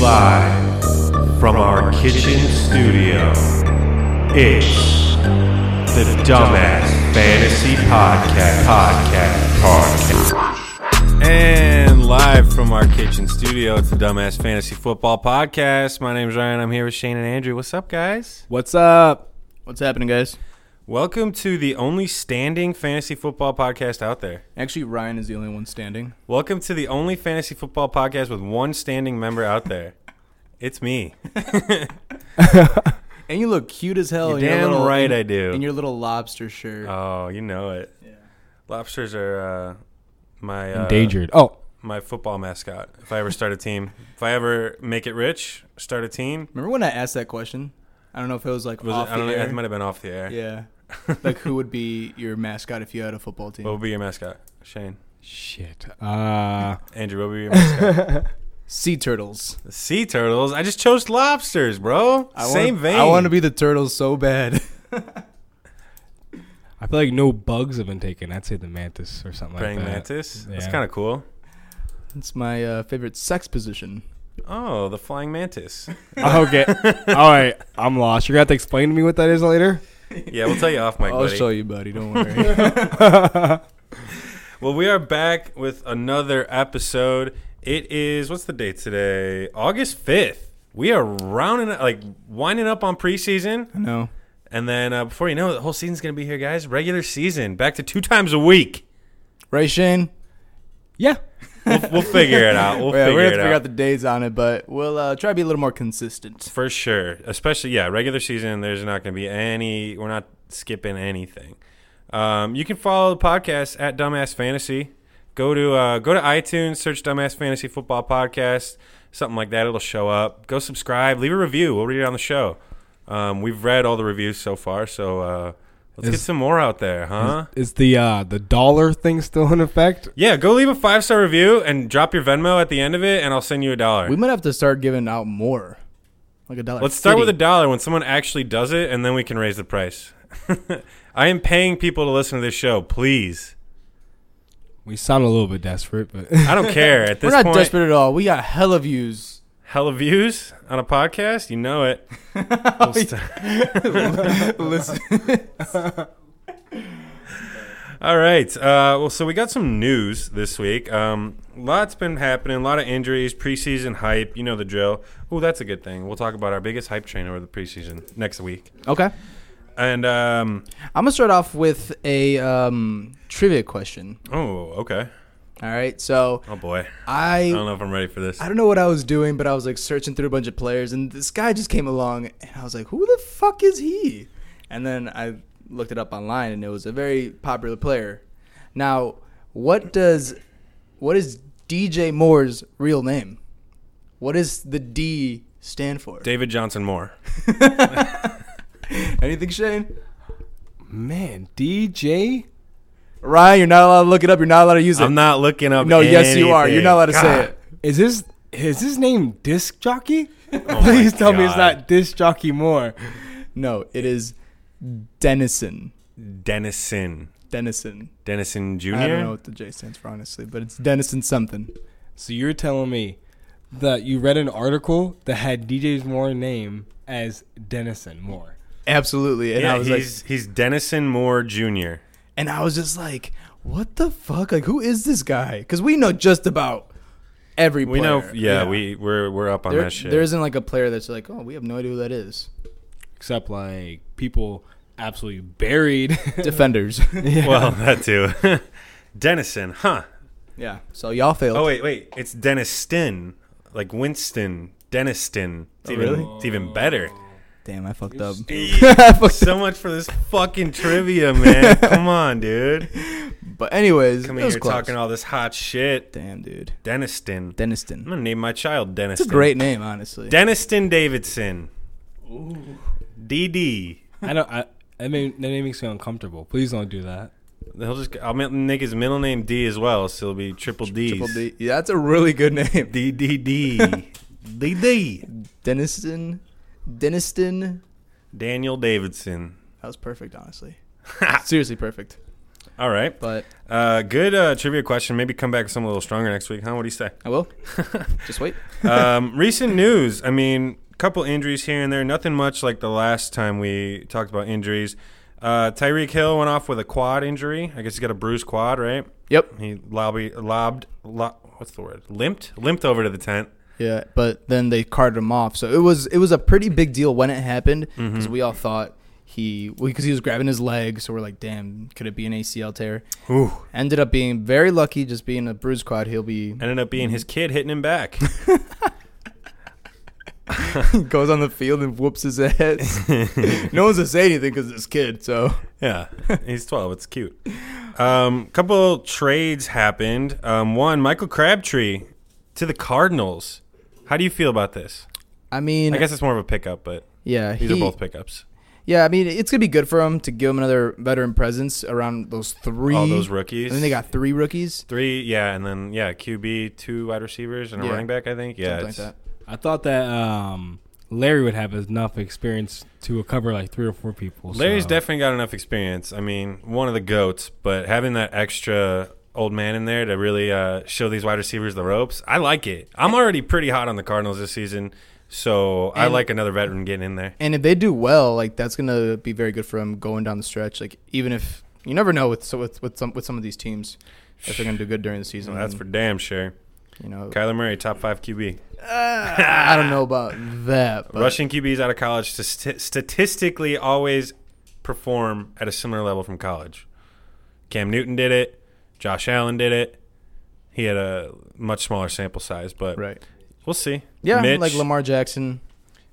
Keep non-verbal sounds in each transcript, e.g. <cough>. live from our kitchen studio. It's the Dumbass Fantasy Podcast. Podcast. Podcast. And live from our kitchen studio, it's the Dumbass Fantasy Football Podcast. My name's Ryan. I'm here with Shane and Andrew. What's up, guys? What's up? What's happening, guys? Welcome to the only standing fantasy football podcast out there. Actually, Ryan is the only one standing. Welcome to the only fantasy football podcast with one standing member out there. It's me. <laughs> And you look cute as hell. You're in your damn little- right in- I do. In your little lobster shirt. Oh, you know it. Lobsters are uh, my uh, endangered. Oh, my football mascot. If I ever start a team, if I ever make it rich, start a team. Remember when I asked that question? I don't know if it was like Was off it, I don't the know. It air. might have been off the air. yeah. <laughs> like who would be your mascot if you had a football team? What would be your mascot, Shane? shit. Uh, Andrew, what would be your mascot? Sea turtles. The sea turtles. I just chose lobsters, bro. I Same wanna, vein. I want to be the turtles so bad. <laughs> I feel like no bugs have been taken. I'd say the mantis or something praying like that. mantis. That's Yeah. kind of cool. it's my uh, favorite sex position. Oh, the flying mantis. <laughs> <laughs> okay. All right. I'm lost. You're gonna have to explain to me what that is later. <laughs> Yeah, we'll tell you off mic, I'll buddy. show you, buddy. Don't worry. <laughs> Well, we are back with another episode. It is what's the date today? August fifth. We are rounding like winding up on preseason, no. and then uh, before you know it, the whole season's gonna be here, guys. Regular season, back to two times a week. Right, Shane? Yeah. We'll, we'll figure it out. We'll <laughs> Yeah, figure we're it going to figure out out the days on it, but we'll uh, try to be a little more consistent. for sure. Especially yeah, regular season. There's not gonna be any. We're not skipping anything. Um, you can follow the podcast at Dumbass Fantasy. Go to uh, go to iTunes, search Dumbass Fantasy Football Podcast, something like that. It'll show up. Go subscribe, leave a review. We'll read it on the show. Um, we've read all the reviews so far, so uh, let's get Is- some more out there, huh? Is the uh the dollar thing still in effect? yeah, go leave a five star review and drop your Venmo at the end of it, and I'll send you a dollar. We might have to start giving out more. Like a dollar. Let's start with a fifty. dollar when someone actually does it, and then we can raise the price. <laughs> I am paying people to listen to this show. Please, We sound a little bit desperate, but <laughs> I don't <laughs> care at this We're not point. desperate at all. We got hella views. Hella views on a podcast, you know it. <laughs> We'll start- Listen. <laughs> All right. Uh, well, so we got some news this week. Um, lots been happening. A lot of injuries, preseason hype. You know the drill. Oh, that's a good thing. We'll talk about our biggest hype train over the preseason next week. Okay. And um, I'm gonna start off with a um, trivia question. oh, okay. All right. So Oh boy, I don't I know if I'm ready for this. I don't know what I was doing, but I was like searching through a bunch of players, and this guy just came along, and I was like, "Who the fuck is he?" And then I looked it up online, and it was a very popular player. Now, what does what is DJ Moore's real name? What does the D stand for? David Johnson Moore. <laughs> Anything, Shane? man, DJ. Ryan, you're not allowed to look it up. You're not allowed to use it. I'm not looking up. no, yes, you are. You're anything. not allowed to say God. it. Is this is his name Disc Jockey? Oh my <laughs> Please tell me it's God. not Disc Jockey Moore. No, it is Denison. Dennison. Denison. Dennison Jr. I don't know what the J stands for, honestly, but it's Denison something. So you're telling me that you read an article that had DJ's Moore name as Dennison Moore. Absolutely. And Yeah, I was like, he's he's Dennison Moore Jr. and I was just like, what the fuck? Like, who is this guy? Because we know just about every. We know. player. Yeah, we we're we're up on There, that shit. there isn't like a player that's like, oh, we have no idea who that is. Except like people absolutely buried. <laughs> <laughs> Defenders. Well, that too. <laughs> Dennison, huh? yeah. So y'all failed. Oh wait, wait. It's Denniston, like Winston, Denniston. It's even, Oh, really? It's even <laughs> better. Damn, I fucked up. <laughs> so much for this fucking trivia, man. Come on, dude. But anyways, Come it was here close. talking all this hot shit. Damn, dude. Denniston. I'm Deniston. gonna name my child Mm, Denniston. It's a great name, honestly. Denniston Davidson. DD. I don't. I, that, made, that makes me uncomfortable. Please don't do that. He'll just. I'll make his middle name D as well, so it'll be triple D's. Triple D. Yeah, that's a really good <laughs> name. D D D. D D. Deniston. Deniston. Daniel Davidson. <laughs> That was perfect, honestly. Seriously perfect. All right. But Uh, good uh, trivia question. Maybe come back with something a little stronger next week, huh? What do you say? <laughs> I will. Just wait. um, recent news. I mean, couple injuries here and there. Nothing much like the last time we talked about injuries. Uh, Tyreek Hill went off with a quad injury. I guess he got a bruised quad, right? Yep. He lobby, lobbed, lo- what's the word? Limped, limped over to the tent. Yeah, but then they carted him off. So it was it was a pretty big deal when it happened because Mm-hmm. we all thought he because he was grabbing his leg. So we're like, damn, could it be an ACL tear? Ooh. Ended up being very lucky, just being a bruised quad. He'll be Ended up being his kid hitting him <laughs> back. goes on the field and whoops his ass. <laughs> no one's gonna say anything because this kid. So Yeah, he's 12. It's cute. Um, couple trades happened. Um, one, Michael Crabtree to the Cardinals. How do you feel about this? I mean, I guess it's more of a pickup, but yeah, these he- are both pickups. Yeah, I mean, it's gonna be good for him to give him another veteran presence around those three. All those I rookies. think they got three rookies. three, yeah, and then yeah, QB, two wide receivers, and a Yeah. running back. I think, yeah, something like it's- that. I thought that um, Larry would have enough experience to cover like three or four people. Larry's so- definitely got enough experience. I mean, one of the goats, but having that extra old man in there to really uh, show these wide receivers the ropes, I like it. I'm already pretty hot on the Cardinals this season, so I And- like another veteran getting in there. And if they do well, like that's gonna be very good for him going down the stretch. Like even if you never know with so with with some with some of these teams if they're gonna do good during the So season. that's for then, damn sure. <laughs> you know. Kyler Murray, top five QB, I don't know about that. But rushing QBs out of college to st- statistically always perform at a similar level from college. Cam Newton did it. Josh Allen did it. He had a much smaller sample size, but right? we'll see. Yeah, Mitch, like Lamar Jackson.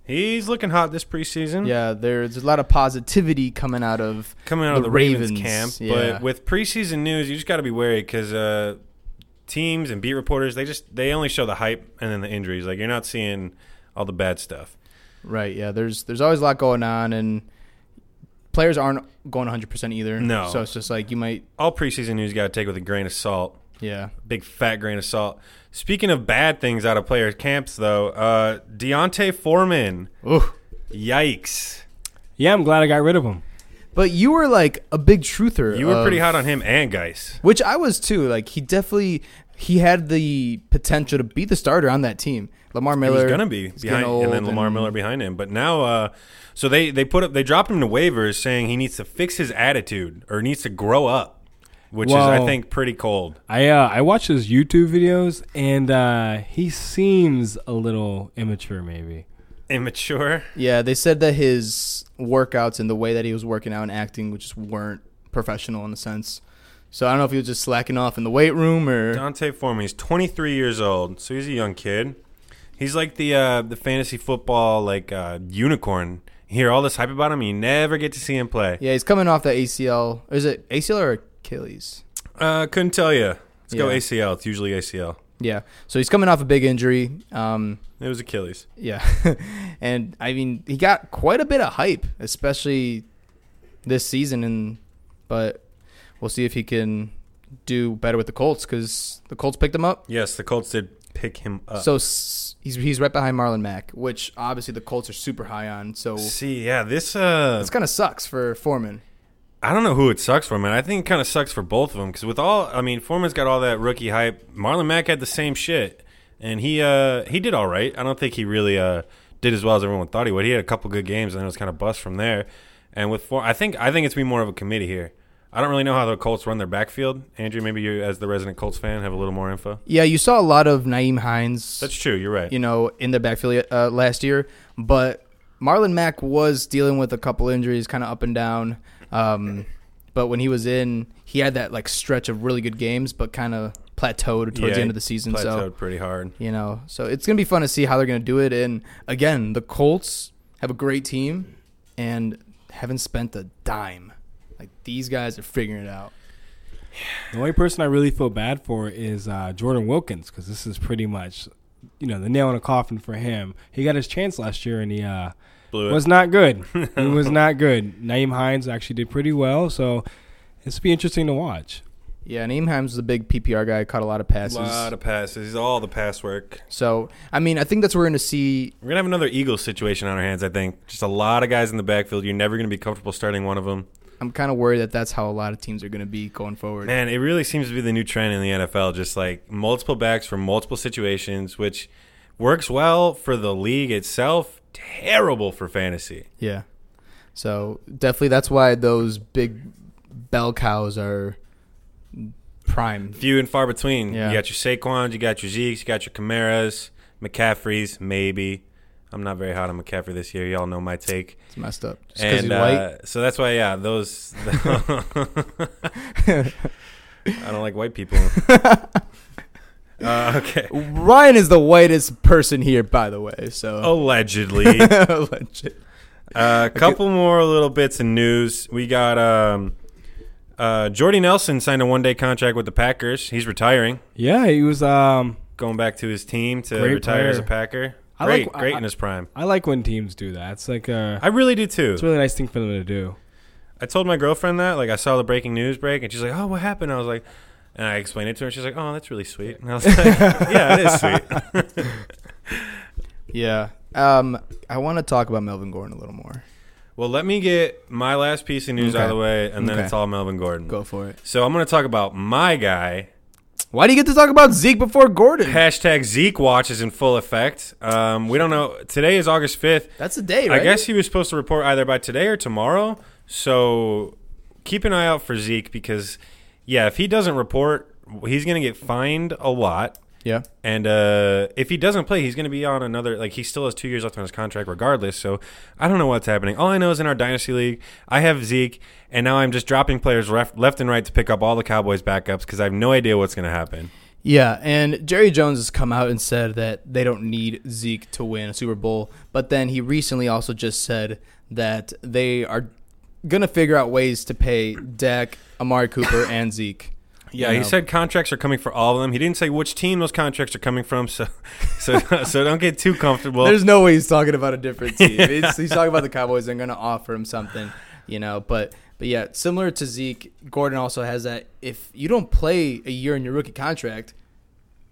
he's looking hot this preseason. Yeah, there's a lot of positivity coming out of coming out The of the Ravens, Ravens, camp. yeah. But with preseason news, you just got to be wary because uh, teams and beat reporters they just they only show the hype and then the injuries. Like you're not seeing all the bad stuff. right. Yeah, there's there's always a lot going on, and players aren't going 100 percent either. No. so it's just like you might. All preseason news you got to take with a grain of salt. Yeah, Big fat grain of salt. Speaking of bad things out of player camps, though, uh, Deontay Foreman, Ooh. yikes! Yeah, I'm glad I got rid of him. But you were like a big truther. You were pretty of- hot on him and Geis. which I was too. Like he definitely he had the potential to be the starter on that team. Lamar He Miller was gonna be he's behind, getting and then old Lamar and- Miller behind him. But now, uh, so they they put up they dropped him to waivers, saying he needs to fix his attitude or needs to grow up, which is I Well- think pretty cold. I uh, I watch his YouTube videos and uh, he seems a little immature, maybe. Immature. Yeah, they said that his workouts and the way that he was working out and acting just weren't professional in a sense. So I don't know if he was just slacking off in the weight room or <laughs> Dante Foreman. He's 23 years old, so he's a young kid. He's like the uh, the fantasy football like uh, unicorn. You hear all this hype about him, and you never get to see him play. yeah, he's coming off that ACL. Or is it ACL or Achilles? Uh, couldn't tell you. Let's go Yeah. ACL. It's usually ACL. Yeah, so he's coming off a big injury. Um, It was Achilles. Yeah. <laughs> and I mean, he got quite a bit of hype, especially this season and but we'll see if he can do better with the Colts cuz the Colts picked him up. Yes, the Colts did pick him up. So s- he's he's right behind Marlon Mack, which obviously the Colts are super high on. So see, yeah, this uh, it's kind of sucks for Foreman. I don't know who it sucks for, man. I think it kind of sucks for both of them because with all, I mean, Foreman's got all that rookie hype. Marlon Mack had the same shit, and he uh he did all right. I don't think he really uh did as well as everyone thought he would. He had a couple good games, and then it was kind of bust from there. And with four, I think I think it's been more of a committee here. I don't really know how the Colts run their backfield. Andrew, maybe you, as the resident Colts fan, have a little more info. Yeah, you saw a lot of Naeem Hines. That's true. You're right. you know, in the backfield uh, last year. But Marlon Mack was dealing with a couple injuries, kind of up and down. Um, but when he was in, he had that like stretch of really good games, but kind of plateaued towards the end of the season. plateaued So pretty hard. you know, so it's gonna be fun to see how they're gonna do it. And again, the Colts have a great team and haven't spent a dime. Like these guys are figuring it out. The only person I really feel bad for is uh, Jordan Wilkins because this is pretty much, you know, the nail in a coffin for him. He got his chance last year and he uh, Blew it. was not good. <laughs> he was not good. Naeem Hines actually did pretty well, so it's be interesting to watch. Yeah, Naeem Himes was a big PPR guy, caught a lot of a passes. lot of passes. All the pass work. so I mean, I think that's where we're gonna see We're gonna have another Eagles situation on our hands, I think. Just a lot of guys in the backfield. You're never gonna be comfortable starting one of them. I'm kind of worried that that's how a lot of teams are going to be going forward. Man, it really seems to be the new trend in the NFL. Just like multiple backs for multiple situations, which works well for the league itself, terrible for fantasy. Yeah. So definitely that's why those big bell cows are prime. Few and far between. Yeah. You got your Saquons, you got your Zeke's, you got your Camaras, McCaffrey's, maybe. I'm not very hot on McCaffrey this year. Y'all know my take. It's messed up. Just 'cause and he's white. uh, so that's why, yeah, <laughs> those. I don't like white <laughs> people. uh, okay. Ryan is the whitest person here, by the way. Oh. So <laughs> Allegedly. <laughs> legit. Uh, a couple more little bits of news. We got um, uh, Jordy Nelson signed a one-day contract with the Packers. He's retiring, Yeah, he was. Um, going back to his team to Great retire as a player. Packer. I Great, like- I- great I- in his prime. I like when teams do that. It's like uh, I really do too. it's a really nice thing for them to do. I told my girlfriend that. Like, I saw the breaking news break, and she's like, "Oh, what happened?" I was like, and I explained it to her. and She's like, "Oh, that's really sweet." And I was like, <laughs> "Yeah, it is sweet." <laughs> Yeah. Um, I want to talk about Melvin Gordon a little more. Well, let me get my last piece of news out of the way, and then Okay. it's all Melvin Gordon. Go for it. So I'm going to talk about my guy, Why do you get to talk about Zeke before Gordon? Hashtag Zeke Watch is in full effect. Um, we don't know. Today is August 5th. That's the day, right? I guess he was supposed to report either by today or tomorrow. So keep an eye out for Zeke because, yeah, if he doesn't report, he's going to get fined a lot. Yeah. And uh, if he doesn't play, he's going to be on another. Like he still has two years left on his contract, regardless. So I don't know what's happening. All I know is in our dynasty league, I have Zeke, and now I'm just dropping players left, left and right to pick up all the Cowboys backups because I have no idea what's going to happen. Yeah, and Jerry Jones has come out and said that they don't need Zeke to win a Super Bowl, but then he recently also just said that they are gonna figure out ways to pay Dak, Amari Cooper, and Zeke. Yeah, You he know, said contracts are coming for all of them. He didn't say which team those contracts are coming from, so <laughs> so so don't get too comfortable. there's no way he's talking about a different team. It's, he's talking about the Cowboys. They're gonna offer him something, you know. But but yeah, similar to Zeke, Gordon also has that. If you don't play a year in your rookie contract,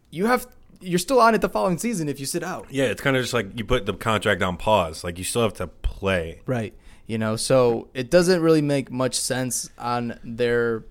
you have you're still on it the following season if you sit out. yeah, it's kind of just like you put the contract on pause. Like you still have to play. Right. You know, so it doesn't really make much sense on their,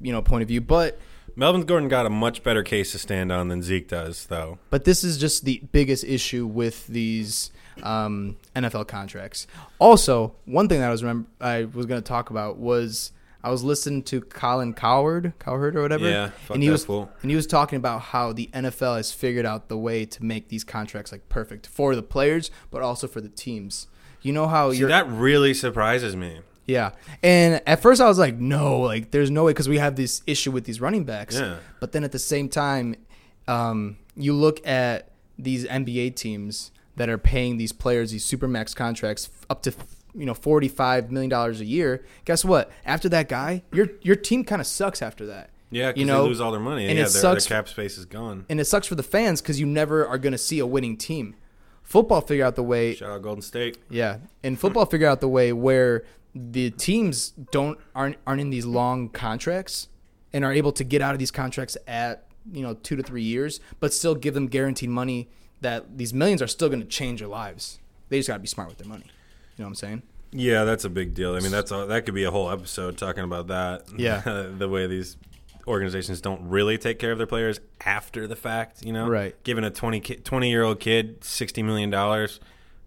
you know, point of view. But Melvin Gordon got a much better case to stand on than Zeke does, though. but this is just the biggest issue with these um, NFL contracts. Also, one thing that I was remember I was going to talk about was I was listening to Colin Cowherd, Cowherd or whatever, Yeah, fuck and he that was fool. and he was talking about how the NFL has figured out the way to make these contracts like perfect for the players, but also for the teams. You know how See, you're that really surprises me. Yeah. And at first I was like, no, like there's no way because we have this issue with these running backs. Yeah. But then at the same time, um, you look at these NBA teams that are paying these players these supermax contracts f- up to you know forty five million dollars a year. Guess what? After that guy, your your team kind of sucks after that. Yeah, because you know, they lose all their money. and yeah, it their, sucks- their cap space is gone. and it sucks for the fans because you never are going to see a winning team. Football figure out the way Shout out Golden State. Yeah, and Hmm. football figure out the way where the teams don't aren't aren't in these long contracts and are able to get out of these contracts at you know two to three years, but still give them guaranteed money that these millions are still going to change their lives. They just got to be smart with their money. You know what I'm saying? Yeah, that's a big deal. I mean, that's a, that could be a whole episode talking about that. Yeah. <laughs> the way these organizations don't really take care of their players after the fact. You know, Right. Giving a 20 ki- 20 year old kid sixty million dollars,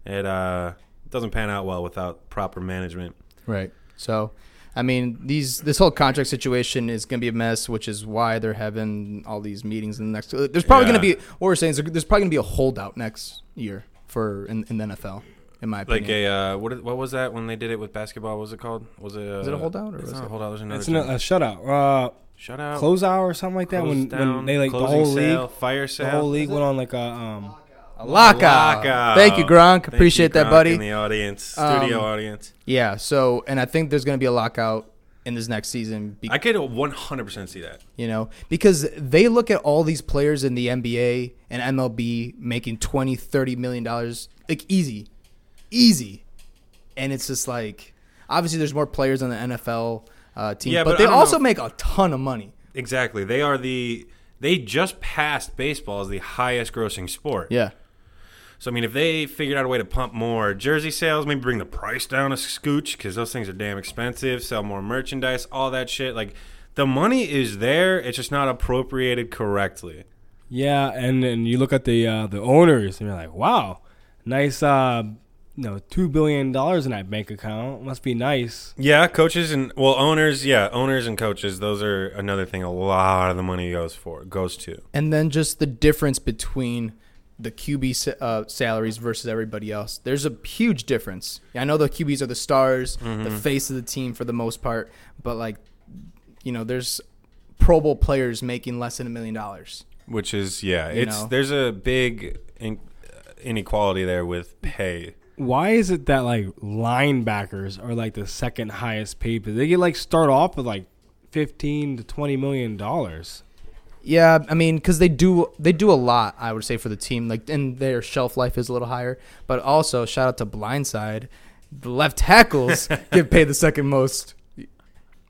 it uh, doesn't pan out well without proper management. Right. So, I mean, these this whole contract situation is going to be a mess, which is why they're having all these meetings in the next. uh, There's probably going Yeah. to be what we're saying is there's probably going to be a holdout next year for in, in the NFL, in my opinion. Like a uh, what? What was that when they did it with basketball? What was it called? Was it? Uh, it a holdout or it's was not a it- holdout? There's another. It's term. an, a shutout, Shut uh, out. close hour or something like that. close When, down, when they like the closing whole sale, league, fire sale. the whole league went on like a um, A lockout. Lockout. Thank you, Gronk. Thank Appreciate you, that, Gronk, buddy. In the audience, studio Um, audience. yeah. So, and I think there's going to be a lockout in this next season. Be- I could 100% see that. you know, because they look at all these players in the NBA and MLB making 20, 30 million dollars like easy. Easy. And it's just like obviously there's more players on the NFL uh, team, Yeah, but, but I they don't know also if- make a ton of money. Exactly. They are the. They just passed baseball as the highest grossing sport. Yeah. So I mean, if they figured out a way to pump more jersey sales, maybe bring the price down a scooch because those things are damn expensive. Sell more merchandise, all that shit. Like the money is there, it's just not appropriated correctly. Yeah, and and you look at the uh, the owners, and you're like, wow, nice, uh, you know, two billion dollars in that bank account must be nice. Yeah, coaches and well owners, yeah, owners and coaches. Those are another thing. A lot of the money goes for goes to. and then just the difference between the QB sa- uh, salaries versus everybody else. There's a huge difference. I know the QBs are the stars, the face of the team for the most part, but like, you know, there's Pro Bowl players making less than a million dollars. which is yeah You it's know? there's a big in, inequality there with pay Why is it that like linebackers are like the second highest paid? But they get like start off with like fifteen to twenty million dollars. Yeah, I mean, because they do they do a lot. I would say for the team, like, and their shelf life is a little higher. But also, shout out to Blindside, the left tackles get paid the second most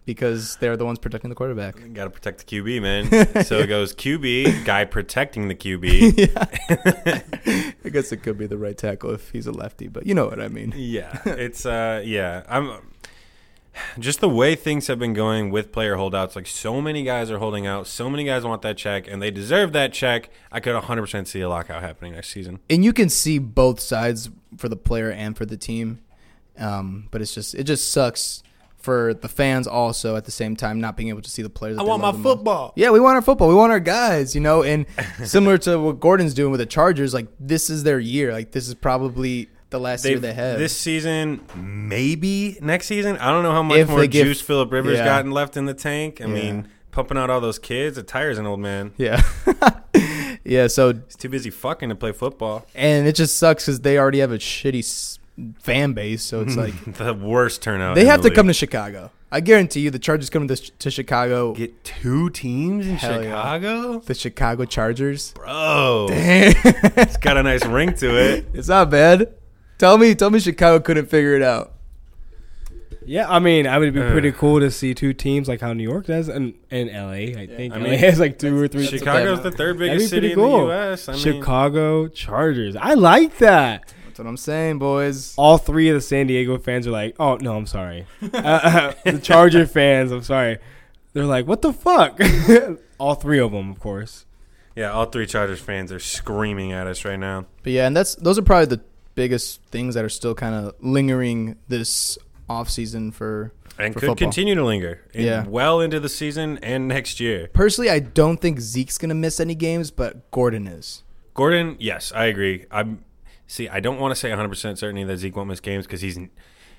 because they're the ones protecting the quarterback. got to protect the qb <laughs> man so it goes qb guy protecting the <laughs> qb I guess it could be the right tackle if he's a lefty, but you know what I mean. yeah it's uh yeah i'm just the way things have been going with player holdouts like so many guys are holding out so many guys want that check and they deserve that check i could 100% see a lockout happening next season And you can see both sides for the player and for the team, um, but it's just it just sucks for the fans also at the same time not being able to see the players. that they love the most. Yeah, we want our football. We want our guys, you know. And similar to what Gordon's doing with the Chargers, like this is their year. Like this is probably the last year They've- they have. This season, maybe next season. I don't know how much If more they give- juice Philip Rivers yeah. gotten left in the tank. I Yeah. mean, pumping out all those kids, it tires an old man. yeah, <laughs> yeah. So He's too busy fucking to play football. and it just sucks because they already have a shitty s- fan base. So <laughs> it's like The worst turnout. they in have the to come league. to Chicago. I guarantee you, the Chargers come to, to Chicago. get two teams in Hell yeah. Chicago, the Chicago Chargers. bro. <laughs> it's It's got a nice ring to it. not bad. Tell me, tell me, Chicago couldn't figure it out. Yeah, I mean, I would be Ugh. pretty cool to see two teams like how New York does and, and LA. I think I LA mean, has like two or three. <laughs> that's- Chicago's bad the one. third That'd be biggest city pretty in cool. the U.S. I mean, Chicago Chargers. I like that. That's what I'm saying, boys. All three of the San Diego fans are like, "Oh no, I'm sorry." Uh, the <laughs> Charger fans, I'm sorry. They're like, "What the fuck?" <laughs> All three of them, of course. yeah, all three Chargers fans are screaming at us right now. But yeah, and that's those are probably the biggest things that are still kind of lingering this off season for And For could football. continue to linger in- Yeah. well into the season and next year. personally I don't think Zeke's gonna miss any games, but Gordon is. Gordon, yes, I agree. I'm see. I don't want to say 100 percent certainty that Zeke won't miss games because he's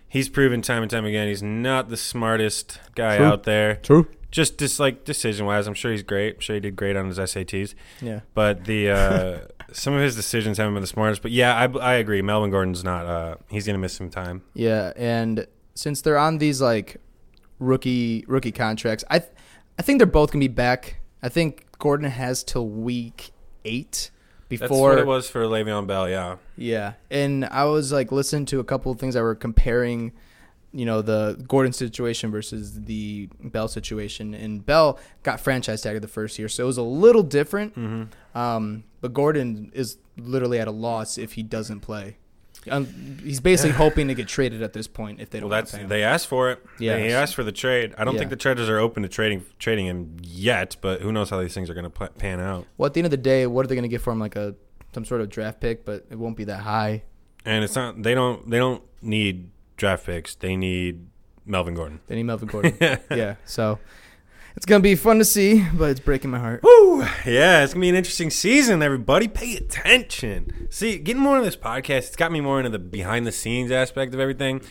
he's proven time and time again he's not the smartest guy True. out there. True. Just just like decision wise, I'm sure he's great. I'm sure he did great on his SATs, Yeah. but the <laughs> uh, some of his decisions haven't been the smartest. But yeah, I, I agree. Melvin Gordon's not. Uh, he's gonna miss some time. Yeah, and since they're on these like rookie rookie contracts, I th- I think they're both gonna be back. I think Gordon has till week eight That's before what it was for Le'Veon Bell. Yeah, Yeah, and I was like listening to a couple of things that were comparing, you know, the Gordon situation versus the Bell situation, and Bell got franchise tag the first year, so it was a little different. Mm-hmm. Um, but Gordon is literally at a loss if he doesn't play. Um, <laughs> he's basically hoping to get traded at this point if they well, don't. that's pay him. they asked for it. Yeah. they asked for the trade. I don't Yeah. think the Chargers are open to trading trading him yet, but who knows how these things are gonna pla- pan out. well, at the end of the day, what are they going to get for him? Like a some sort of draft pick, but it won't be that high. And it's not they don't they don't need draft picks. They need Melvin Gordon. They need Melvin Gordon. <laughs> yeah, so it's going to be fun to see, but it's breaking my heart. Woo! Yeah, it's gonna be an interesting season, everybody. Pay attention. See, getting more into this podcast, it's got me more into the behind the scenes aspect of everything.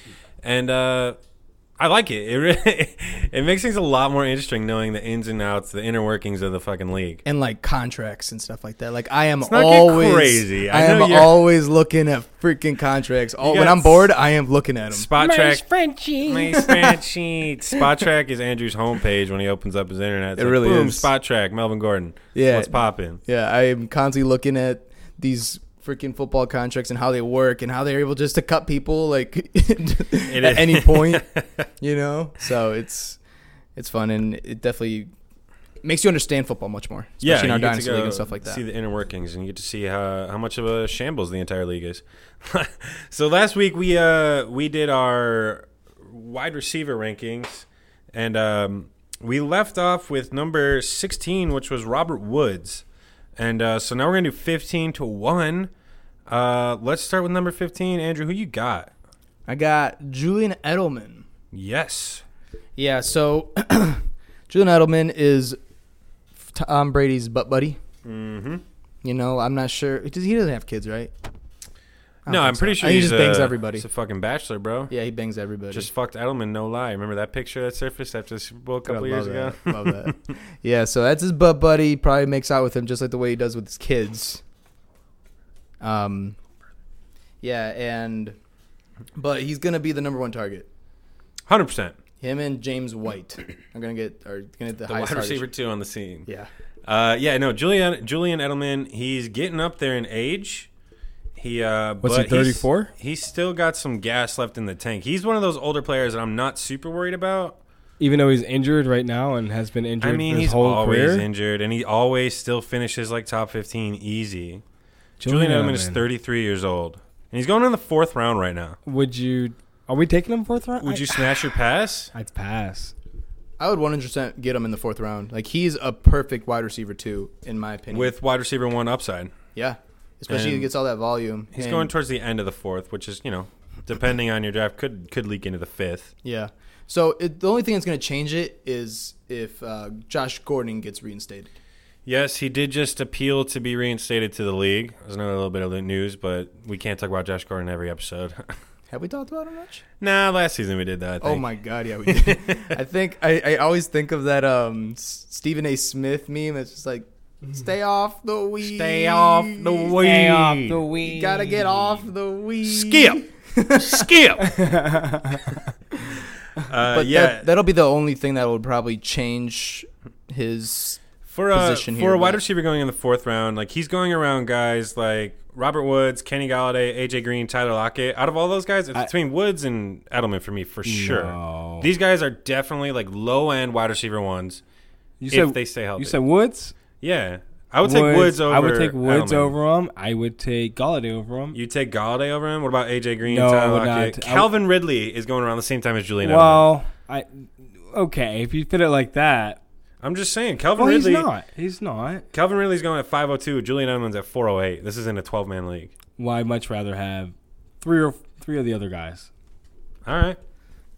And uh I like it. It really, <laughs> it makes things a lot more interesting knowing the ins and outs, the inner workings of the fucking league. and like contracts and stuff like that. Like I am not get always crazy. I I, know am you're- always looking at freaking contracts. All, You when got I'm bored, I am looking at them. Spot track. Frenchie. My spreadsheet. Spot track is Andrew's homepage when he opens up his internet. It's It like, really boom, is. Spot track, Melvin Gordon. Yeah. What's popping? Yeah, I am constantly looking at these freaking football contracts and how they work and how they're able just to cut people like <laughs> at is. <laughs> any point, you know. So it's it's fun and it definitely makes you understand football much more, especially yeah, in our you get to dynasty league go and stuff like that. See the inner workings, and you get to see how, how much of a shambles the entire league is. <laughs> so last week we uh we did our wide receiver rankings, and um, we left off with number sixteen, which was Robert Woods, and uh, so now we're gonna do fifteen to one. Uh, let's start with number fifteen, Andrew. Who you got? I got Julian Edelman. Yes, Yeah, so <clears throat> Julian Edelman is Tom Brady's butt buddy. Mm-hmm. You know, I'm not sure. Does he doesn't have kids, right? I don't No, think I'm so. pretty sure I think he's he just bangs a- everybody. He's a fucking bachelor, bro. Yeah, he bangs everybody. Just fucked Edelman, no lie. Remember that picture that surfaced after the Super Bowl a couple Love years ago? that. Love <laughs> that. Yeah, so that's his butt buddy. Probably makes out with him just like the way he does with his kids. Um, yeah, and but he's gonna be the number one target. Hundred percent. Him and James White are gonna get are gonna get The the, highest wide target. receiver two on the scene. Yeah, Uh, yeah, no, Julian Julian Edelman. He's getting up there in age. He uh, What's he, but he's- 34? He's still got some gas left in the tank. He's one of those older players that I'm not super worried about. Even though he's injured right now and has been injured I mean, his he's whole always career. injured, and he always still finishes like top fifteen easy. Julian, Edelman is 33 years old, and he's going in the fourth round right now. Would you? Are we taking him fourth round? Would you snatch your pass? I, I'd pass. I would 100 percent get him in the fourth round. Like he's a perfect wide receiver too, in my opinion. with wide receiver one upside. yeah, especially And he gets all that volume. He's and- going towards the end of the fourth, which is you know, depending on your draft, could could leak into the fifth. Yeah. So it, the only thing that's gonna change it is if uh, Josh Gordon gets reinstated. Yes, he did just appeal to be reinstated to the league. There's another little bit of news, but we can't talk about Josh Gordon every episode. <laughs> Have we talked about him much? nah, last season we did that. I Oh think. my god, yeah, <laughs> we did. I think I, I always think of that um S- Stephen A. Smith meme. It's just like, stay off the weed. Mm-hmm. Stay off the weed. Stay off the weed. You gotta get off the weed. Skip. <laughs> Skip. uh, But yeah, that, that'll be the only thing that will probably change his. for a position for here, a wide but- receiver going in the fourth round, like he's going around guys like Robert Woods, Kenny Galladay, AJ Green, Tyler Lockett. Out of all those guys, it's I- between Woods and Edelman for me for sure. No. These guys are definitely like low end wide receiver ones you if said they stay healthy. you said Woods. yeah, I would take Woods over. I would take Woods Edelman. over him. I would take Galladay over him. You take Galladay over him. What about AJ Green? No, I Tyler would not. Lockett? I would- Calvin Ridley is going around the same time as Julian. Edelman. well, I okay. If you fit it like that, I'm just saying, Calvin well, Oh, he's Ridley. not. He's not. Calvin Ridley's going at 502. Julian Edelman's at 408. This isn't a 12 man league. Well, I'd much rather have three or three of the other guys. All right.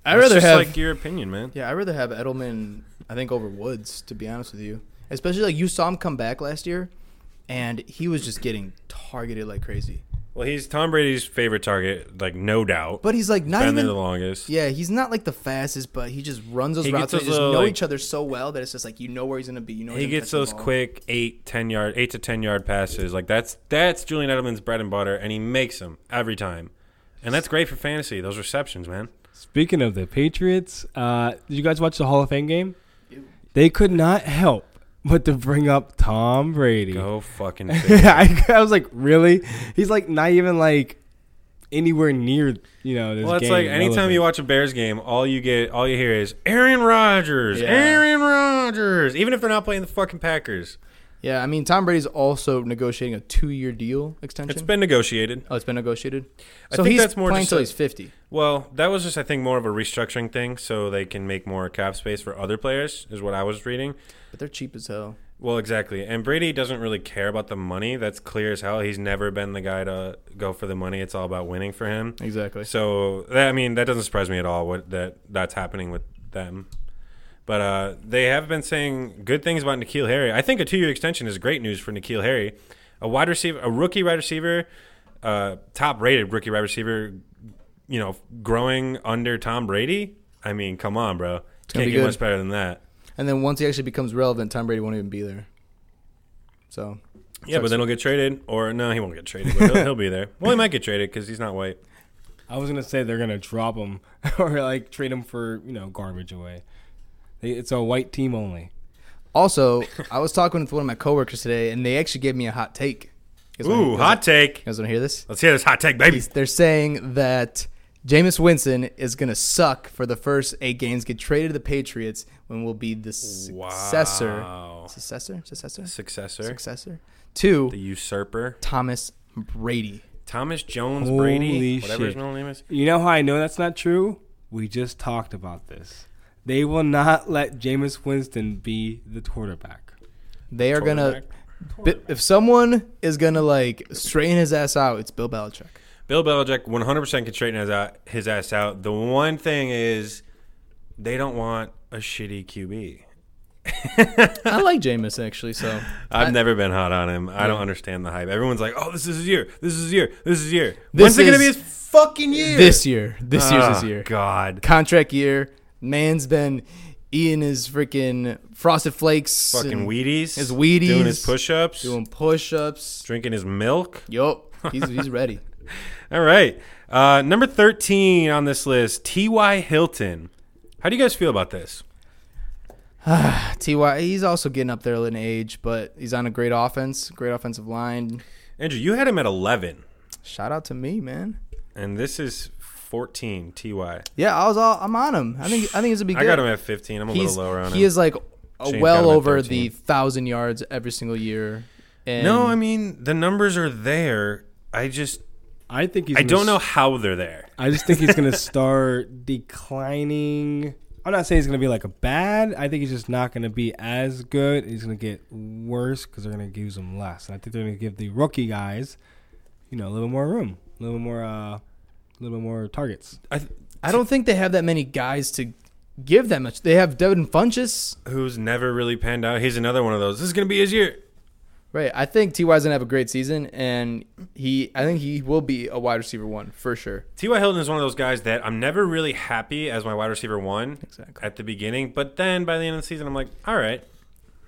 I That's rather just have. like your opinion, man. yeah, I rather have Edelman. I think over Woods, to be honest with you. Especially like you saw him come back last year, and he was just getting targeted like crazy. Well, he's Tom Brady's favorite target, like no doubt. But he's like not Been there even the longest. Yeah, he's not like the fastest, but he just runs those He gets routes. and They those just little, know like- each other so well that it's just like you know where he's gonna be. You know he's He gonna gets catch the those ball. quick eight, ten yard, eight to ten yard passes. Like that's that's Julian Edelman's bread and butter, and he makes them every time, and that's great for fantasy. Those receptions, man. Speaking of the Patriots, uh, did you guys watch the Hall of Fame game? They could not help but to bring up Tom Brady. <laughs> <laughs> Go fucking. figure. I, I was like, really? He's like not even like anywhere near you know this well, it's game like anytime relevant. you watch a Bears game, all you get, all you hear is Aaron Rodgers, Yeah. Aaron Rodgers. Even if they're not playing the fucking Packers, Yeah, I mean Tom Brady's also negotiating a two-year deal extension. it's been negotiated. oh, it's been negotiated. I so think he's that's more playing just until a- he's fifty. Well, that was just I think more of a restructuring thing, so they can make more cap space for other players, is what I was reading. But they're cheap as hell. Well, exactly. And Brady doesn't really care about the money. That's clear as hell. He's never been the guy to go for the money. It's all about winning for him. Exactly. So, that, I mean, that doesn't surprise me at all what that that's happening with them. But uh, they have been saying good things about Nikhil Harry. I think a two-year extension is great news for Nikhil Harry, a wide receiver, a rookie wide receiver, uh, top-rated rookie wide receiver. You know, growing under Tom Brady. I mean, come on, bro. gonna Can't be get good. much better than that. And then once he actually becomes relevant, Tom Brady won't even be there. So Yeah, but then he'll get traded, or no, he won't get traded. But he'll, he'll be there. Well, he might get traded because he's not white. I was gonna say they're gonna drop him <laughs> or like trade him for you know garbage away. They, it's a white team only. also, I was talking with one of my coworkers today, and they actually gave me a hot take. You guys wanna- Ooh, you guys- hot take. You guys want to hear this? Let's hear this hot take, baby. He's- they're saying that Jameis Winston is going to suck for the first eight games, get traded to the Patriots when we'll be the successor. Wow. Successor? Successor? Successor. Successor? To The usurper. Thomas Brady. Thomas Jones Brady. Holy Whatever his shit. middle name is. You know how I know that's not true? We just talked about this. They will not let Jameis Winston be the quarterback. They are going to. Quarterback. If someone is going to like straighten his ass out, it's Bill Belichick. Bill Belichick 100% can straighten his, out, his ass out. The one thing is they don't want a shitty QB. I like Jameis, <laughs> actually, so. I've I- never been hot on him. I don't understand the hype. Everyone's like, "Oh, this is his year. This is his year. This is his year. When's This it gonna be is- his fucking year?" This year. This year's his Oh, year. God, Contract year. Man's been eating his freaking Frosted Flakes. fucking and Wheaties. his Wheaties. Doing his push-ups. Doing push ups. drinking his milk. Yup. He's, he's ready. <laughs> All right. Uh, number thirteen on this list, T.Y. Hilton. How do you guys feel about this? Ty, he's also getting up there in age, but he's on a great offense, great offensive line. Andrew, you had him at eleven, Shout out to me, man. and this is fourteen. T.Y. Yeah, I was all I'm on him. I think I think this would be good. I got him at fifteen. I'm a He's, little lower on he him. is like a Shane's got well him at over 13. the thousand yards every single year. And no, I mean the numbers are there. I just I think he's. I gonna don't know s- how they're there. <laughs> I just think he's going to start declining. I'm not saying he's going to be like a bad. I think he's just not going to be as good. He's going to get worse because they're going to use him less. And I think they're going to give the rookie guys, you know, a little more room, a little more, uh, a little more targets. I th- I don't think they have that many guys to give that much. They have Devin Funches. who's never really panned out. He's another one of those. This is gonna be his year. Right. I think Ty's gonna have a great season and he I think he will be a wide receiver one for sure. T.Y. Hilton is one of those guys that I'm never really happy as my wide receiver one Exactly. at the beginning, but then by the end of the season, I'm like, all right,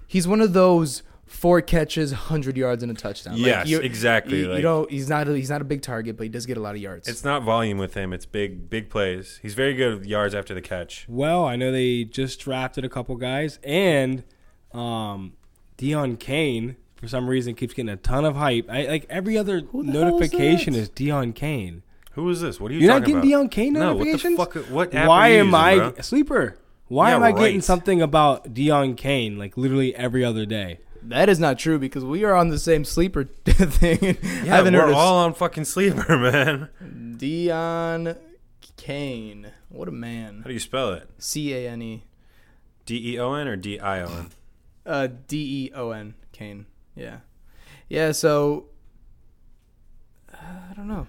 He's one of those four catches, hundred yards, and a touchdown. Yes, you- exactly, You, like- you know, he's not a, he's not a big target, but he does get a lot of yards. it's not volume with him. It's big, big plays. He's very good with yards after the catch. Well, I know they just drafted a couple guys, and um, Dion Kane for some reason keeps getting a ton of hype. I, like every other the hell is notification that? is Dion Kane. Who is this? What are you You're not talking getting about? Dion Kane No, what the notifications. fuck? What app Why are you am using, I bro? sleeper? Why Yeah, am I getting right. something about Dion Kane like literally every other day? that is not true because we are on the same sleeper <laughs> thing. I Yeah, haven't we're heard of all on fucking sleeper, <laughs> man. Dion Kane. What a man. How do you spell it? C A N E. D E O N or D I O N? Uh, D E O N Kane. Yeah, yeah. So <sighs> uh, I don't know.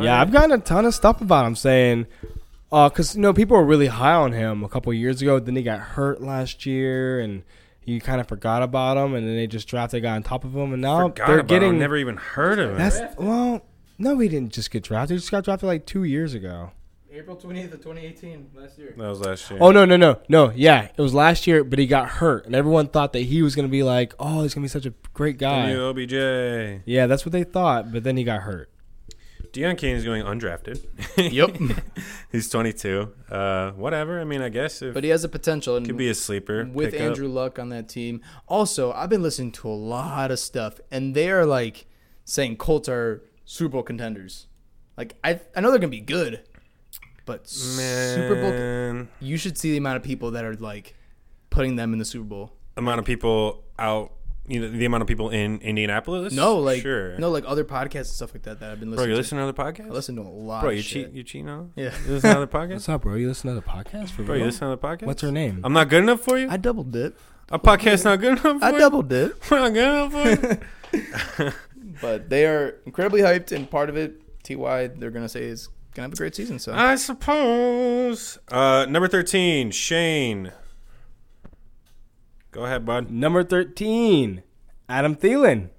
Yeah, I've gotten a ton of stuff about him saying, because you know people were really high on him a couple years ago. Then he got hurt last year, and you kind of forgot about him. And then they just drafted a guy on top of him, and now Forgot Um, they're about getting him. never even heard of him. that's well, no, he didn't just get drafted. He just got drafted like two years ago. April twenty eighth of twenty eighteen last year. that was last year. Oh no, no, no, no. Yeah, it was last year, but he got hurt, and everyone thought that he was gonna be like, oh, he's gonna be such a great The guy. new OBJ. Yeah, that's what they thought, but then he got hurt. Deion Kane is going undrafted. Yep. <laughs> He's 22. Uh, whatever. I mean, I guess it <laughs> But he has the potential and could be a sleeper. with pick up. Andrew Luck on that team. Also, I've been listening to a lot of stuff, and they are like saying Colts are Super Bowl contenders. Like I, I know they're gonna be good, but Super Bowl. Man, You should see the amount of people that are like putting them in the Super Bowl. amount of people out. You know the amount of people in Indianapolis. No, like sure. no, like other podcasts and stuff like that that I've been bro, listening. you to. listen to other podcasts. I listen to a lot. bro, of you shit. cheat. You cheat now. Yeah. You listen to <laughs> other podcasts. What's up, bro? You listen to the podcast for Bro, you listen to other podcasts. What's her name? I'm not good enough for you. I double dip. A podcast not good enough for I you. double dip. We're <laughs> not good enough <laughs> for you. But they are incredibly hyped, and part of it, Ty, they're gonna say is gonna have a great season. So I suppose. Uh, number thirteen, Shane. Go ahead, bud. Number 13, Adam Thielen.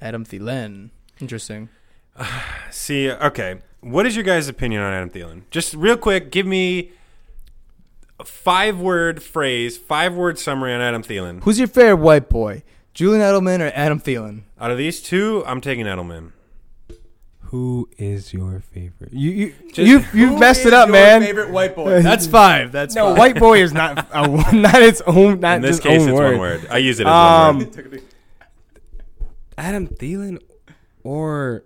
Adam Thielen, interesting. See, okay. What is your guys' opinion on Adam Thielen? Just real quick, give me a five word phrase, five word summary on Adam Thielen. Who's your favorite white boy, Julian Edelman or Adam Thielen? Out of these two, I'm taking Edelman. Who is your favorite? You you Just- you you messed it up, man. white boy. That's five. That's No, five. white boy is <laughs> not a, not its own not In this its case, own it's word. one word. I use it as Um, one word. Adam Thielen or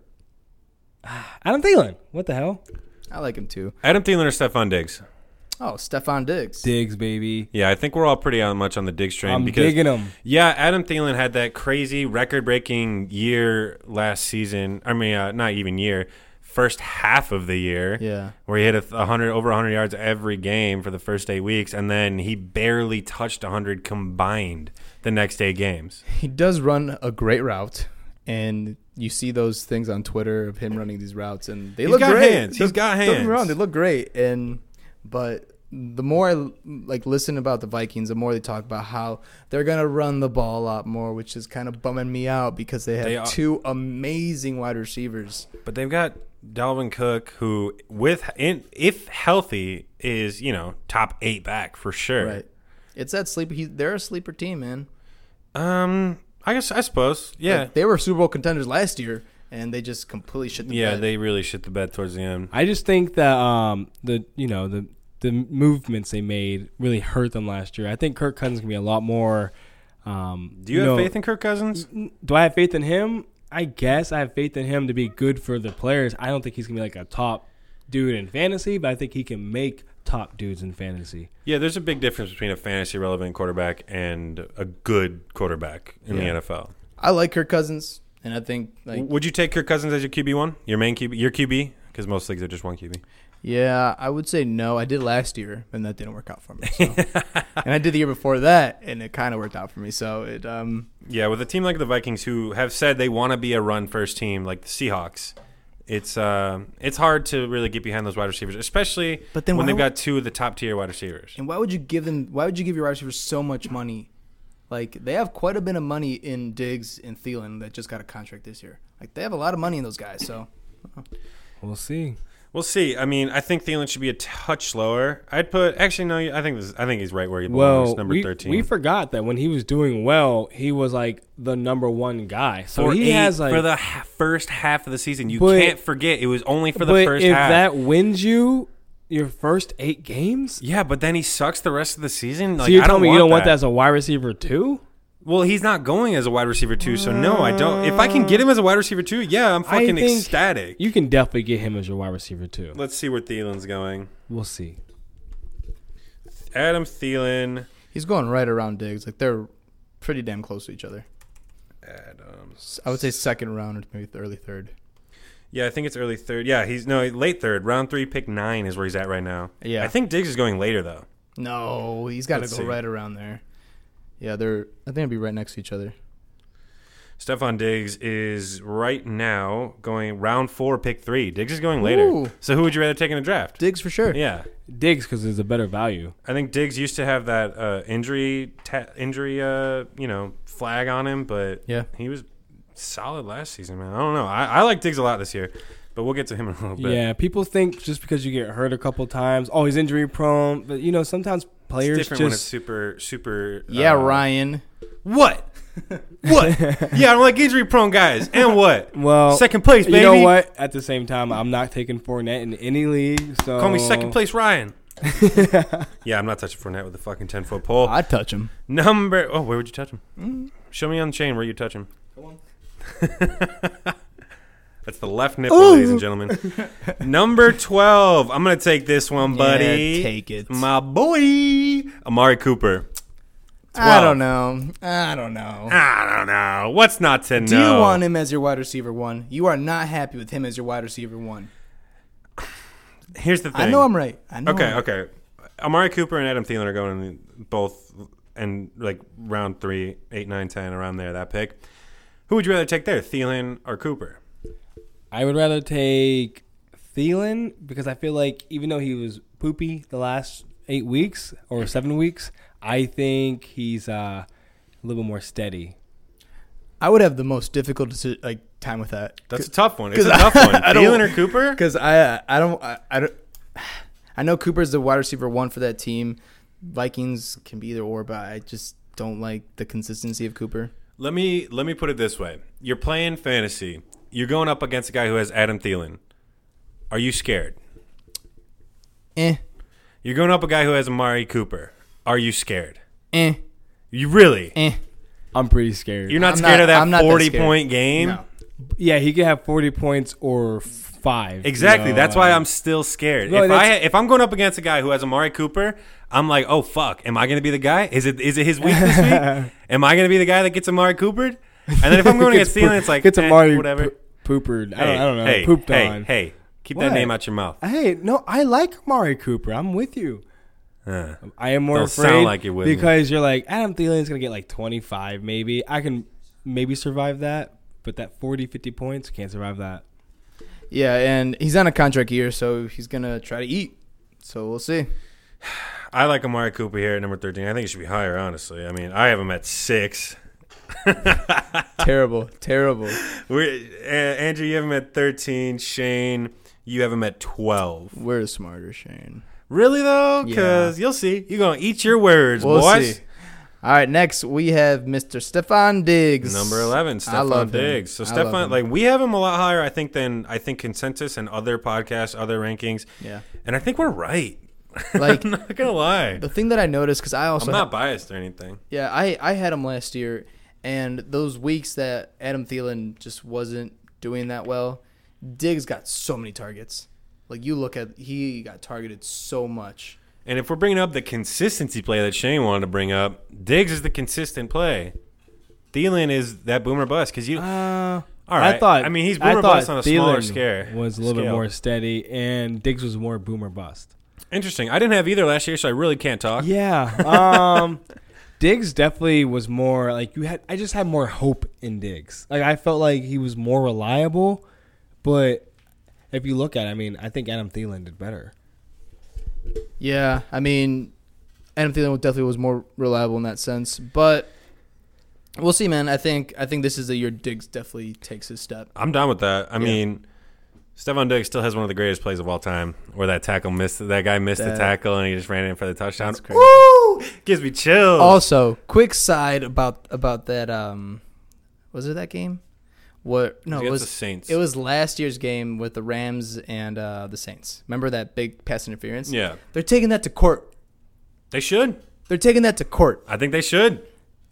ah, Adam Thielen. What the hell? I like him too. Adam Thielen or Stefan Diggs? Oh, Stefan Diggs. Diggs, baby. Yeah, I think we're all pretty on much on the Diggs train I'm because digging him. yeah, Adam Thielen had that crazy record-breaking year last season. I mean, uh, not even year, first half of the year. Yeah. where he hit a th- 100 over 100 yards every game for the first eight weeks, and then he barely touched 100 combined the next eight games. He does run a great route, and you see those things on Twitter of him running these routes, and they He's look got great. hands. He's Don't- got Don't get me wrong, hands. they look great, and but the more I like listen about the Vikings, the more they talk about how they're gonna run the ball a lot more, which is kind of bumming me out because they have They are- two amazing wide receivers. But they've got Dalvin Cook, who with in, if healthy is you know top eight back for sure. Right. It's that sleep. He, they're a sleeper team, man. Um, I guess I suppose yeah. Like, they were Super Bowl contenders last year, and they just completely shit the yeah, bed. they really shit the bed towards the end. I just think that um the you know the the movements they made really hurt them last year. I think Kirk Cousins can be a lot more. Um, Do you have faith in Kirk Cousins? in? Do I have faith in him? I guess I have faith in him to be good for the players. I don't think he's gonna be like a top dude in fantasy, but I think he can make top dudes in fantasy. Yeah, there's a big difference between a fantasy relevant quarterback and a good quarterback in Yeah. the NFL. I like Kirk Cousins, and I think like Would you take Kirk Cousins as your QB one, your main QB, your QB? Because most leagues are just one QB. Yeah, I would say no. I did last year, and that didn't work out for me. So. <laughs> and I did the year before that, and it kind of worked out for me. So it, um, Yeah, with a team like the Vikings, who have said they want to be a run first team, like the Seahawks, it's uh, it's hard to really get behind those wide receivers, especially But then when why they've would- got two of the top tier wide receivers. and why would you give them? Why would you give your wide receivers so much money? Like they have quite a bit of money in Diggs and Thielen that just got a contract this year. Like they have a lot of money in those guys. So We'll see. We'll see. I mean, I think Thielen should be a touch lower. I'd put actually no. I think this. I think he's right where he belongs, Well, number we, thirteen. we forgot that when he was doing well, he was like the number one guy. So For he eight- has like for the ha- first half of the season. You But- can't forget it was only for the but first if half. that wins you your first eight games, yeah, but then he sucks the rest of the season. Like, so you're I telling me you don't want that that as a wide receiver too? Well, he's not going as a wide receiver too, so no, I don't. If I can get him as a wide receiver too, yeah, I'm I fucking think ecstatic. You can definitely get him as your wide receiver too. Let's see where Thielen's going. We'll see. Adam Thielen. he's going right around Diggs. Like they're pretty damn close to each other. Adams. I would say second round or maybe early third. Yeah, I think it's early third. Yeah, he's no late third, round three, pick nine is where he's at right now. Yeah. I think Diggs is going later though. No, he's got to Let's go see. right around there. Yeah, they're. I think it'd be right next to each other. Stefan Diggs is right now going round four, pick three. Diggs is going later. Ooh. So who would you rather take in a draft? Diggs for sure. yeah, Diggs because there's a better value. I think Diggs used to have that uh, injury ta- injury uh, you know flag on him, but Yeah. he was solid last season, man. I don't know. I, I like Diggs a lot this year, but we'll get to him in a little bit. Yeah, people think just because you get hurt a couple times, oh he's injury prone. But you know sometimes it's players different when it's just super super. Yeah, uh, Ryan. What? what? <laughs> Yeah, I don't like injury prone guys. And what? well second place, baby. You know what? At the same time, I'm not taking Fournette in any league. So Call me Oh. second place, <laughs> Ryan. yeah, I'm not touching Fournette with a fucking ten foot pole. I'd touch him. Number. Oh, where would you touch him? Mm. Show me on the chain where you touch him. <laughs> That's the left nipple, ladies and <laughs> gentlemen. Number 12. I'm going to take this one, buddy. Yeah, take it. My boy, Amari Cooper. I 12. don't know. I don't know. I don't know. What's not to know? Do you want him as your wide receiver one? You are not happy with him as your wide receiver one. Here's the thing. I know I'm right. I know. Okay, I'm right. okay. Amari Cooper and Adam Thielen are going in both and like round three, eight, nine, ten, around there, that pick. Who would you rather take there, Thielen or Cooper? I would rather take Thielen because I feel like even though he was poopy the last eight weeks or seven weeks, I think he's uh, a little bit more steady. I would have the most difficult deci- like time with that That's a tough one. It's a <laughs> 'cause tough one. I don't- Thielen or <laughs> Cooper? because I I don't I, I don't I know Cooper's the wide receiver one for that team. Vikings can be either or, but I just don't like the consistency of Cooper. Let me let me put it this way: You're playing fantasy. You're going up against a guy who has Adam Thielen. Are you scared? Eh, You're going up a guy who has Amari Cooper. Are you scared? eh, You really? eh. I'm pretty scared. You're not I'm scared not- of I'm that not that 40 scared. point game? No. yeah, he could have 40 points or f- five. Exactly. you know, that's why like- I'm still scared. Well, if I that's- if I'm going up against a guy who has Amari Cooper, I'm like, oh fuck, am I going to be the guy? Is it is it his week this <laughs> week? Am I going to be the guy that gets Amari Coopered? And then if I'm going Gets against Thielen, poo- it's like gets eh, Amari whatever. poo- poopered. I, hey, don't, I don't know. Hey, pooped hey, on. hey, keep What? that name out your mouth. <laughs> Hey, no, I like Amari Cooper. I'm with you. Uh, I am more Don't afraid sound like you're with me. because you're like Adam Thielen's gonna get like 25, maybe. I can maybe survive that, but that 40, 50 points can't survive that. Yeah, and he's on a contract year, so he's gonna try to eat. So <laughs> we'll see. I like Amari Cooper here at number thirteen. I think it should be higher, honestly. I mean, I have him at six. terrible, terrible. We're, uh, Andrew, you have him at thirteen. Shane, you have him at twelve. We're smarter, Shane. Really though, because you'll see, you're gonna eat your words, We'll boys. see. All right, next we have Mr. Stefan Diggs, Number eleven, I Stefan love him. Diggs. So I love Stefan, him. like we have him a lot higher, I think, than I think consensus and other podcasts, other rankings, Yeah. and I think we're right. <laughs> Like- I'm not gonna lie, The thing that I noticed, because I also I'm not biased or anything. Yeah, I, I had him last year, and those weeks that Adam Thielen just wasn't doing that well, Diggs got so many targets. Like you look at, he got targeted so much. And if we're bringing up the consistency play that Shane wanted to bring up, Diggs is the consistent play. Thielen is that boomer bust because you. Uh, all right, I thought. I mean, he's boomer thought bust on a smaller Thielen scare. Was a little bit scale. more steady, and Diggs was more boomer bust. interesting. I didn't have either last year, so I really can't talk. Yeah. Um, Diggs definitely was more like you had. I just had more hope in Diggs. Like I felt like he was more reliable, but if you look at, it, I mean, I think Adam Thielen did better. Yeah, I mean, Adam Thielen definitely was more reliable in that sense, but we'll see, man. I think I think this is the year Diggs definitely takes his step. I'm done with that. I Yeah. mean, Stephon Diggs still has one of the greatest plays of all time, where that tackle missed. That guy missed That- the tackle and he just ran in for the touchdown. That's crazy. Woo! Gives me chills. Also, quick side about about that um, was it that game? What no, Against it was the Saints. It was last year's game with the Rams and uh, the Saints. Remember that big pass interference? yeah, They're taking that to court. they should. They're taking that to court. I think they should.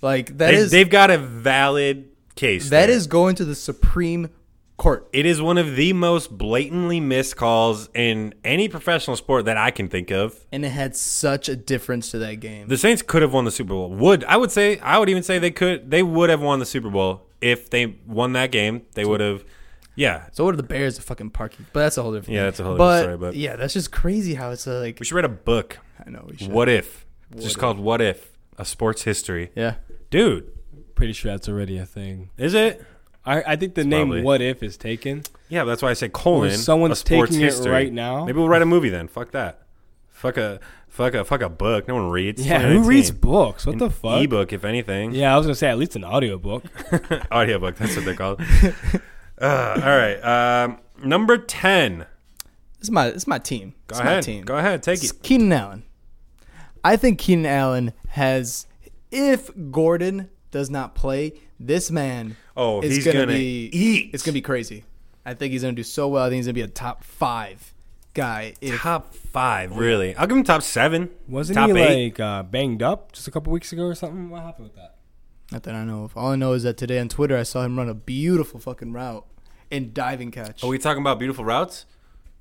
Like They, that is they've got a valid case. that there. is going to the Supreme Court. It is one of the most blatantly missed calls in any professional sport that I can think of. And it had such a difference to that game. The Saints could have won the Super Bowl. Would I would say I would even say they could they would have won the Super Bowl if they won that game. They would have yeah. so what are the Bears a fucking parking? But that's a whole different Yeah, thing. that's a whole but, different story, but- yeah, that's just crazy how it's uh, like We should write a book. I know we should. What if? It's What just if? called What If? A sports history. Yeah. Dude, Pretty sure that's already a thing. is it? I, I think the name probably- "What If" is taken. Yeah, that's why I say colon. Or someone's a sports taking it history. right now. Maybe we'll write a movie then. Fuck that. Fuck a fuck a fuck a book. No one reads. Yeah, who reads 2019. books? What the An fuck? Ebook, if anything. Yeah, I was gonna say at least an audiobook. <laughs> audiobook that's what they're called <laughs> uh, all right um, number 10 It's my it's my team. go it's my ahead team. go ahead take It's it Keenan Allen. I think Keenan Allen has, if Gordon does not play, this man oh is he's gonna, gonna, be eat it's gonna be crazy. I think he's gonna do so well. I think he's gonna be a top five guy. If, top five really i'll give him top seven <laughs> Wasn't top he eight like uh, banged up just a couple weeks ago or something? What happened with that? not that I know of. All I know is that today on Twitter I saw him run a beautiful fucking route and diving catch. are we talking about beautiful routes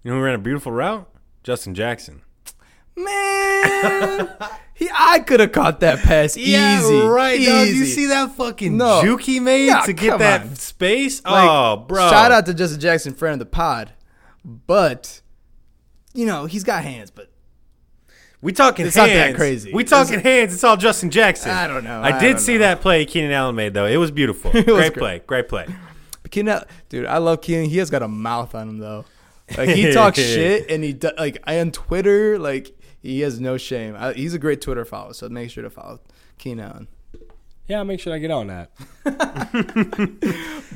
you know who ran a beautiful route justin jackson <laughs> Man, he I could have caught that pass easy. dog. you easy. see that fucking No. juke he made Oh. Yeah, to get come that on. space Like, oh bro Shout out to Justin Jackson, friend of the pod. But you know, he's got hands, but we talking It's not hands that crazy. we talking hands it's all justin jackson I don't know. i, I did don't see know. that play keenan allen made though it was beautiful <laughs> It was great great. play great play but Keenan, dude, I love Keenan. He has got a mouth on him though. Like <laughs> he talks shit and he do, like I on Twitter, like he has no shame. I, he's a great Twitter follow, so make sure to follow Keenan. Allen. Yeah, I'll make sure I get on that.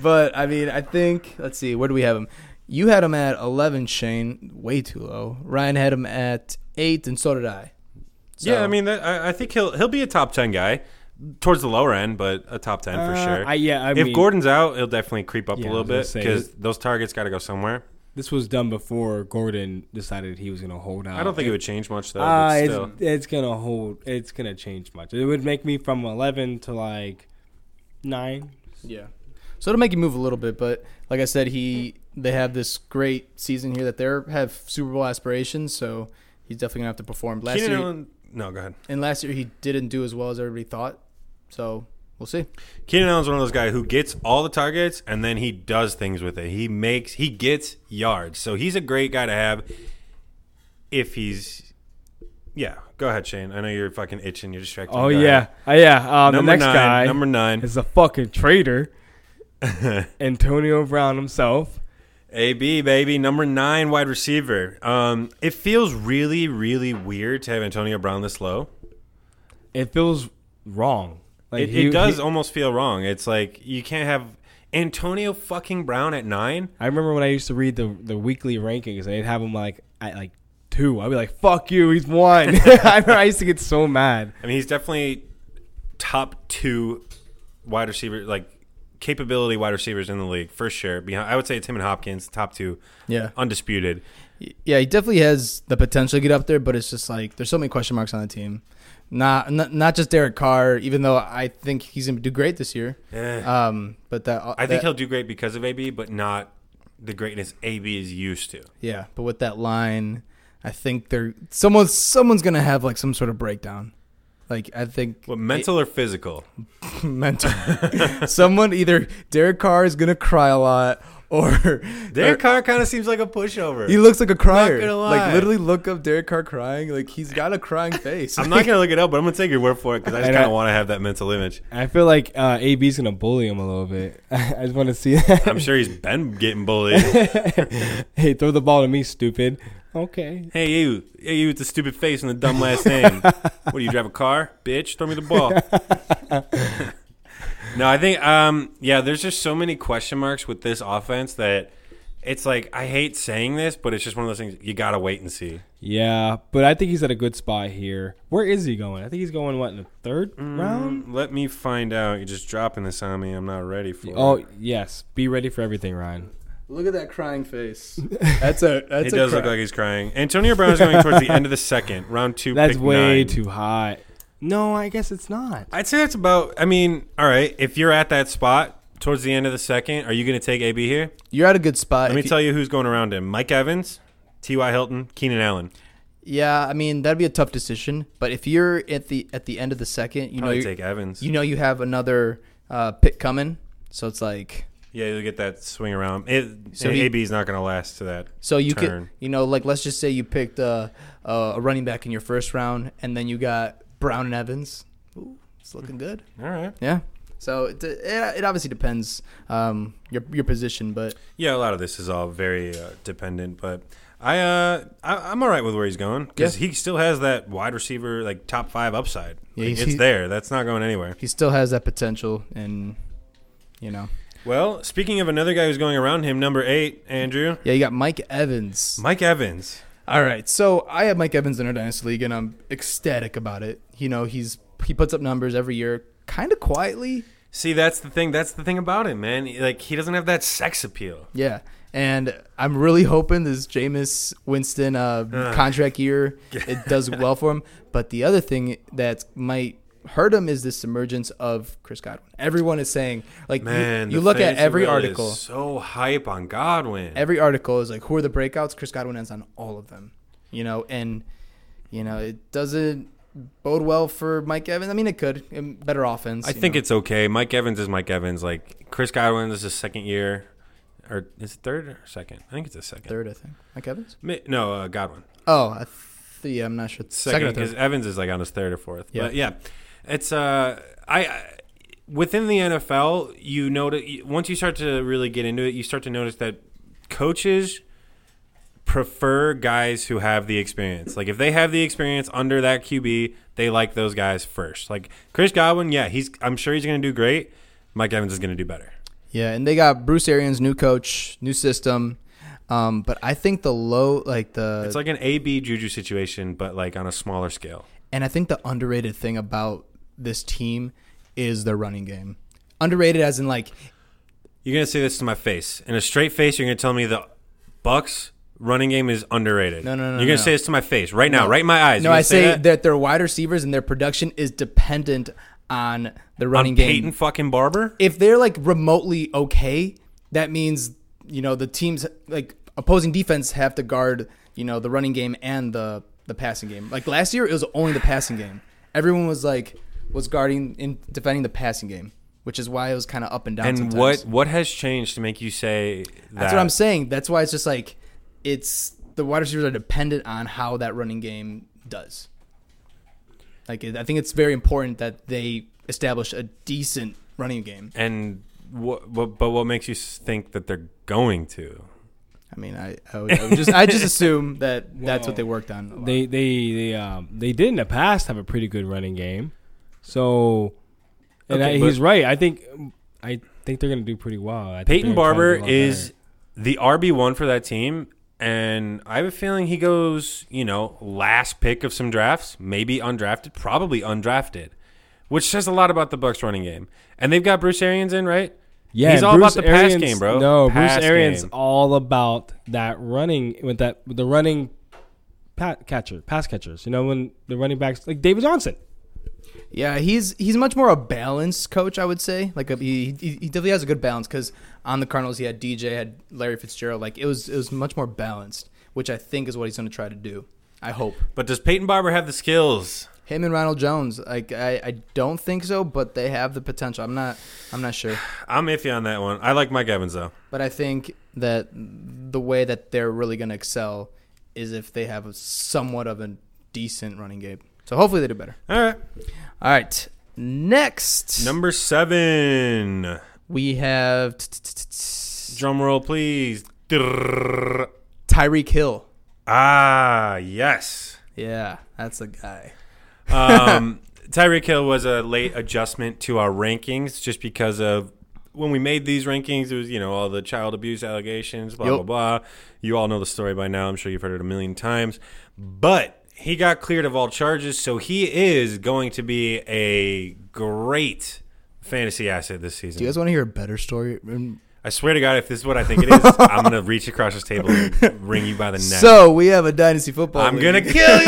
But I mean, I think let's see, where do we have him? You had him at eleven, Shane, way too low. Ryan had him at eight, and so did I. Yeah, So- I mean, that, I, I think he'll he'll be a top ten guy, towards the lower end, but a top ten for Uh, sure. I, yeah, I if mean, Gordon's out, he'll definitely creep up Yeah, a I little was gonna bit say, because those targets got to go somewhere. this was done before Gordon decided he was gonna hold out. I don't think it would change much though. Uh, but it's, still. it's gonna hold. It's gonna change much. It would make me from eleven to like nine. Yeah. So it'll make you move a little bit, but like I said, he they have this great season here that they're have Super Bowl aspirations, so he's definitely gonna have to perform. Last Keenan year, Allen. No, go ahead. and last year he didn't do as well as everybody thought, so we'll see. Keenan Allen's one of those guys who gets all the targets and then he does things with it. He makes he gets yards. So he's a great guy to have if he's yeah. Go ahead, Shane. I know you're fucking itching. You're distracted. Oh Go yeah, ahead. uh, yeah. Um, the number next nine. guy Number nine. is a fucking <laughs> traitor, Antonio Brown himself. AB baby, number nine wide receiver. Um, it feels really, really weird to have Antonio Brown this low. It feels wrong. Like It, he- it does he- almost feel wrong. It's like you can't have Antonio fucking Brown at nine. I remember when I used to read the the weekly rankings, and they'd have him like at like two. I'd be like, "Fuck you, he's one." <laughs> I remember I used to get so mad. I mean, he's definitely top two wide receiver, like capability wide receivers in the league for sure. Behind, I would say it's him and Hopkins, top two, Yeah, undisputed. yeah, he definitely has the potential to get up there, but it's just like there's so many question marks on the team. Not not, not just Derek Carr, even though I think he's gonna do great this year. Eh. Um, but that I think that- he'll do great because of AB, but not the greatness AB is used to. Yeah, but with that line, I think they're someone someone's gonna have like some sort of breakdown. Like I think What mental or physical? <laughs> mental. someone either Derek Carr is gonna cry a lot, or <laughs> Derek or- Carr kind of seems like a pushover. He looks like a crier. gonna lie. Like literally, look up Derek Carr crying. Like he's got a crying face. I'm <laughs> not gonna look it up, but I'm gonna take your word for it because I just And kind of I- want to have that mental image. I feel like uh, AB's gonna bully him a little bit. <laughs> I just want to see that. I'm sure he's been getting <laughs> bullied. <laughs> hey, throw the ball to me, stupid. Okay. Hey you, hey you with the stupid face and the dumb last <laughs> name. what do you drive a car, bitch? Throw me the ball. <laughs> no, I think um yeah, there's just so many question marks with this offense that it's like I hate saying this, but it's just one of those things you gotta wait and see. Yeah, but I think he's at a good spot here. Where is he going? I think he's going what in the third round. Mm, Let me find out. You're just dropping this on me. I'm not ready for Oh it. yes, be ready for everything, Ryan. Look at that crying face. <laughs> That's a. That's It a does cry. look like he's crying. Antonio Brown is going towards the end of the second round two. That's pick way nine. too high. No, I guess it's not. I'd say that's about. I mean, all right. If you're at that spot towards the end of the second, are you going to take AB here? You're at a good spot. Let me If you- tell you who's going around him: Mike Evans, T.Y. Hilton, Keenan Allen. yeah, I mean that'd be a tough decision. But if you're at the at the end of the second, you know Probably you take Evans. you know you have another uh, pick coming. So it's like yeah, you'll get that swing around. It, So and he- AB's not going to last to that. So you turn. could, you know, like let's just say you picked uh, uh, a running back in your first round, and then you got Brown and Evans. Ooh, it's looking good. All right. Yeah. So it it, it obviously depends um, your your position, but Yeah, a lot of this is all very uh, dependent, but I, uh, I I'm all right with where he's going because he still has that wide receiver like top five upside. Yeah, Like, he's- it's he- there. That's not going anywhere. he still has that potential, and you know, Well, speaking of another guy who's going around him, number eight, Andrew, yeah, you got Mike Evans. Mike Evans. All right, so I have Mike Evans in our dynasty league, and I'm ecstatic about it. You know, he's he puts up numbers every year, kind of quietly. See, that's the thing. That's the thing about him, man. Like he doesn't have that sex appeal. Yeah. And I'm really hoping this Jameis Winston uh, <laughs> contract year it does well for him. But the other thing that might hurt him is this emergence of Chris Godwin. Everyone is saying like you- Man, you, the look at fantasy every world is article. so hype on Godwin. Every article is like who are the breakouts? Chris Godwin ends on all of them. You know, and you know, it doesn't bode well for Mike Evans. I mean it could. um, Better offense. I you think know. it's okay. Mike Evans is Mike Evans. Like Chris Godwin is his second year, or is it third or second? I think it's a second. third, I think. Mike Evans? Mi- No, uh, Godwin. Oh, I th- yeah, I'm not sure. Second, Second or third. because Evans is like on his third or fourth. Yeah. But yeah, it's uh, I- I within the NFL, you notice once you start to really get into it, you start to notice that coaches prefer guys who have the experience. Like if they have the experience under that QB, they like those guys first. Like Chris Godwin, yeah, he's I'm sure he's going to do great. Mike Evans is going to do better. Yeah, and they got Bruce Arians, new coach, new system. Um, but I think the low, like the, It's like an AB Juju situation, but like on a smaller scale. and I think the underrated thing about this team is their running game. Underrated as in like, You're gonna say this to my face in a straight face. You're gonna tell me the Bucks running game is underrated. No, no, no, You're gonna no. say this to my face right now, right in my eyes. no, You're gonna I say that? that their wide receivers and their production is dependent on the On running game. Peyton fucking Barber? if they're like remotely okay, that means you know the teams like opposing defense have to guard you know the running game and the the passing game. Like last year, it was only the passing game. Everyone was like was guarding in defending the passing game, which is why it was kind of up and down. And sometimes. what what has changed to make you say that? That's what I'm saying. That's why it's just like it's the wide receivers are dependent on how that running game does. Like it- I think it's very important that they establish a decent running game. And what, what but what makes you s- think that they're going to? I mean, I I, would, I would just <laughs> I just assume that that's Whoa. what they worked on. a lot. They they they um they did in the past have a pretty good running game, so and Okay, I, but- he's right. I think I think they're gonna do pretty well. I think Peyton they're gonna try to Barber do a lot is the RB one for that team, and I have a feeling he goes, you know, last pick of some drafts, maybe undrafted, probably undrafted, which says a lot about the Bucks running game. And they've got Bruce Arians in, right? Yeah, he's all Bruce about the pass Arians- game, bro. No, Pass Bruce Arians game. all about that running with that with the running pat catcher, pass catchers. You know when the running backs like David Johnson. Yeah, he's he's much more a balanced coach, I would say. Like a, he he he definitely has a good balance because on the Cardinals he had DJ, had Larry Fitzgerald. Like it was it was much more balanced, which I think is what he's going to try to do. I hope But does Peyton Barber have the skills? him and Ronald Jones. Like I, I don't think so, but they have the potential. I'm not I'm not sure, I'm iffy on that one. I like Mike Evans though. but I think that the way that they're really going to excel is if they have a somewhat of a decent running game. So hopefully they do better. All right, All right, next number seven. we have. Drum roll, please. Drrrr. Tyreek Hill. Ah, yes. Yeah, that's the guy. Um, <laughs> Tyreek Hill was a late adjustment to our rankings just because of when we made these rankings, it was, you know, all the child abuse allegations, blah, Yup. blah, blah. You all know the story by now. I'm sure you've heard it a million times. But he got cleared of all charges, so he is going to be a great fantasy asset this season. Do you guys want to hear a better story? Mm. I swear to God, if this is what I think it <laughs> is, I'm going to reach across this table and wring you by the neck. So we have a dynasty football. I'm league. going to <laughs> kill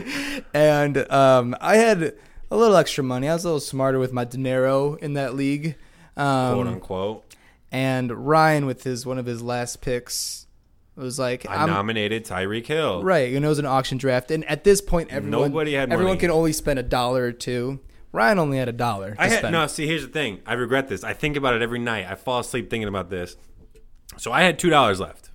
you. and um, I had a little extra money. I was a little smarter with my dinero in that league. Quote Um, unquote. and Ryan, with his one of his last picks, was like, I "I'm nominated Tyreek Hill. Right, you know, it was an auction draft, and at this point, everyone Nobody had everyone money. can only spend a dollar or two. Ryan only had a dollar. I to had spend. no. See, here's the thing. I regret this. I think about it every night. I fall asleep thinking about this. So I had two dollars left,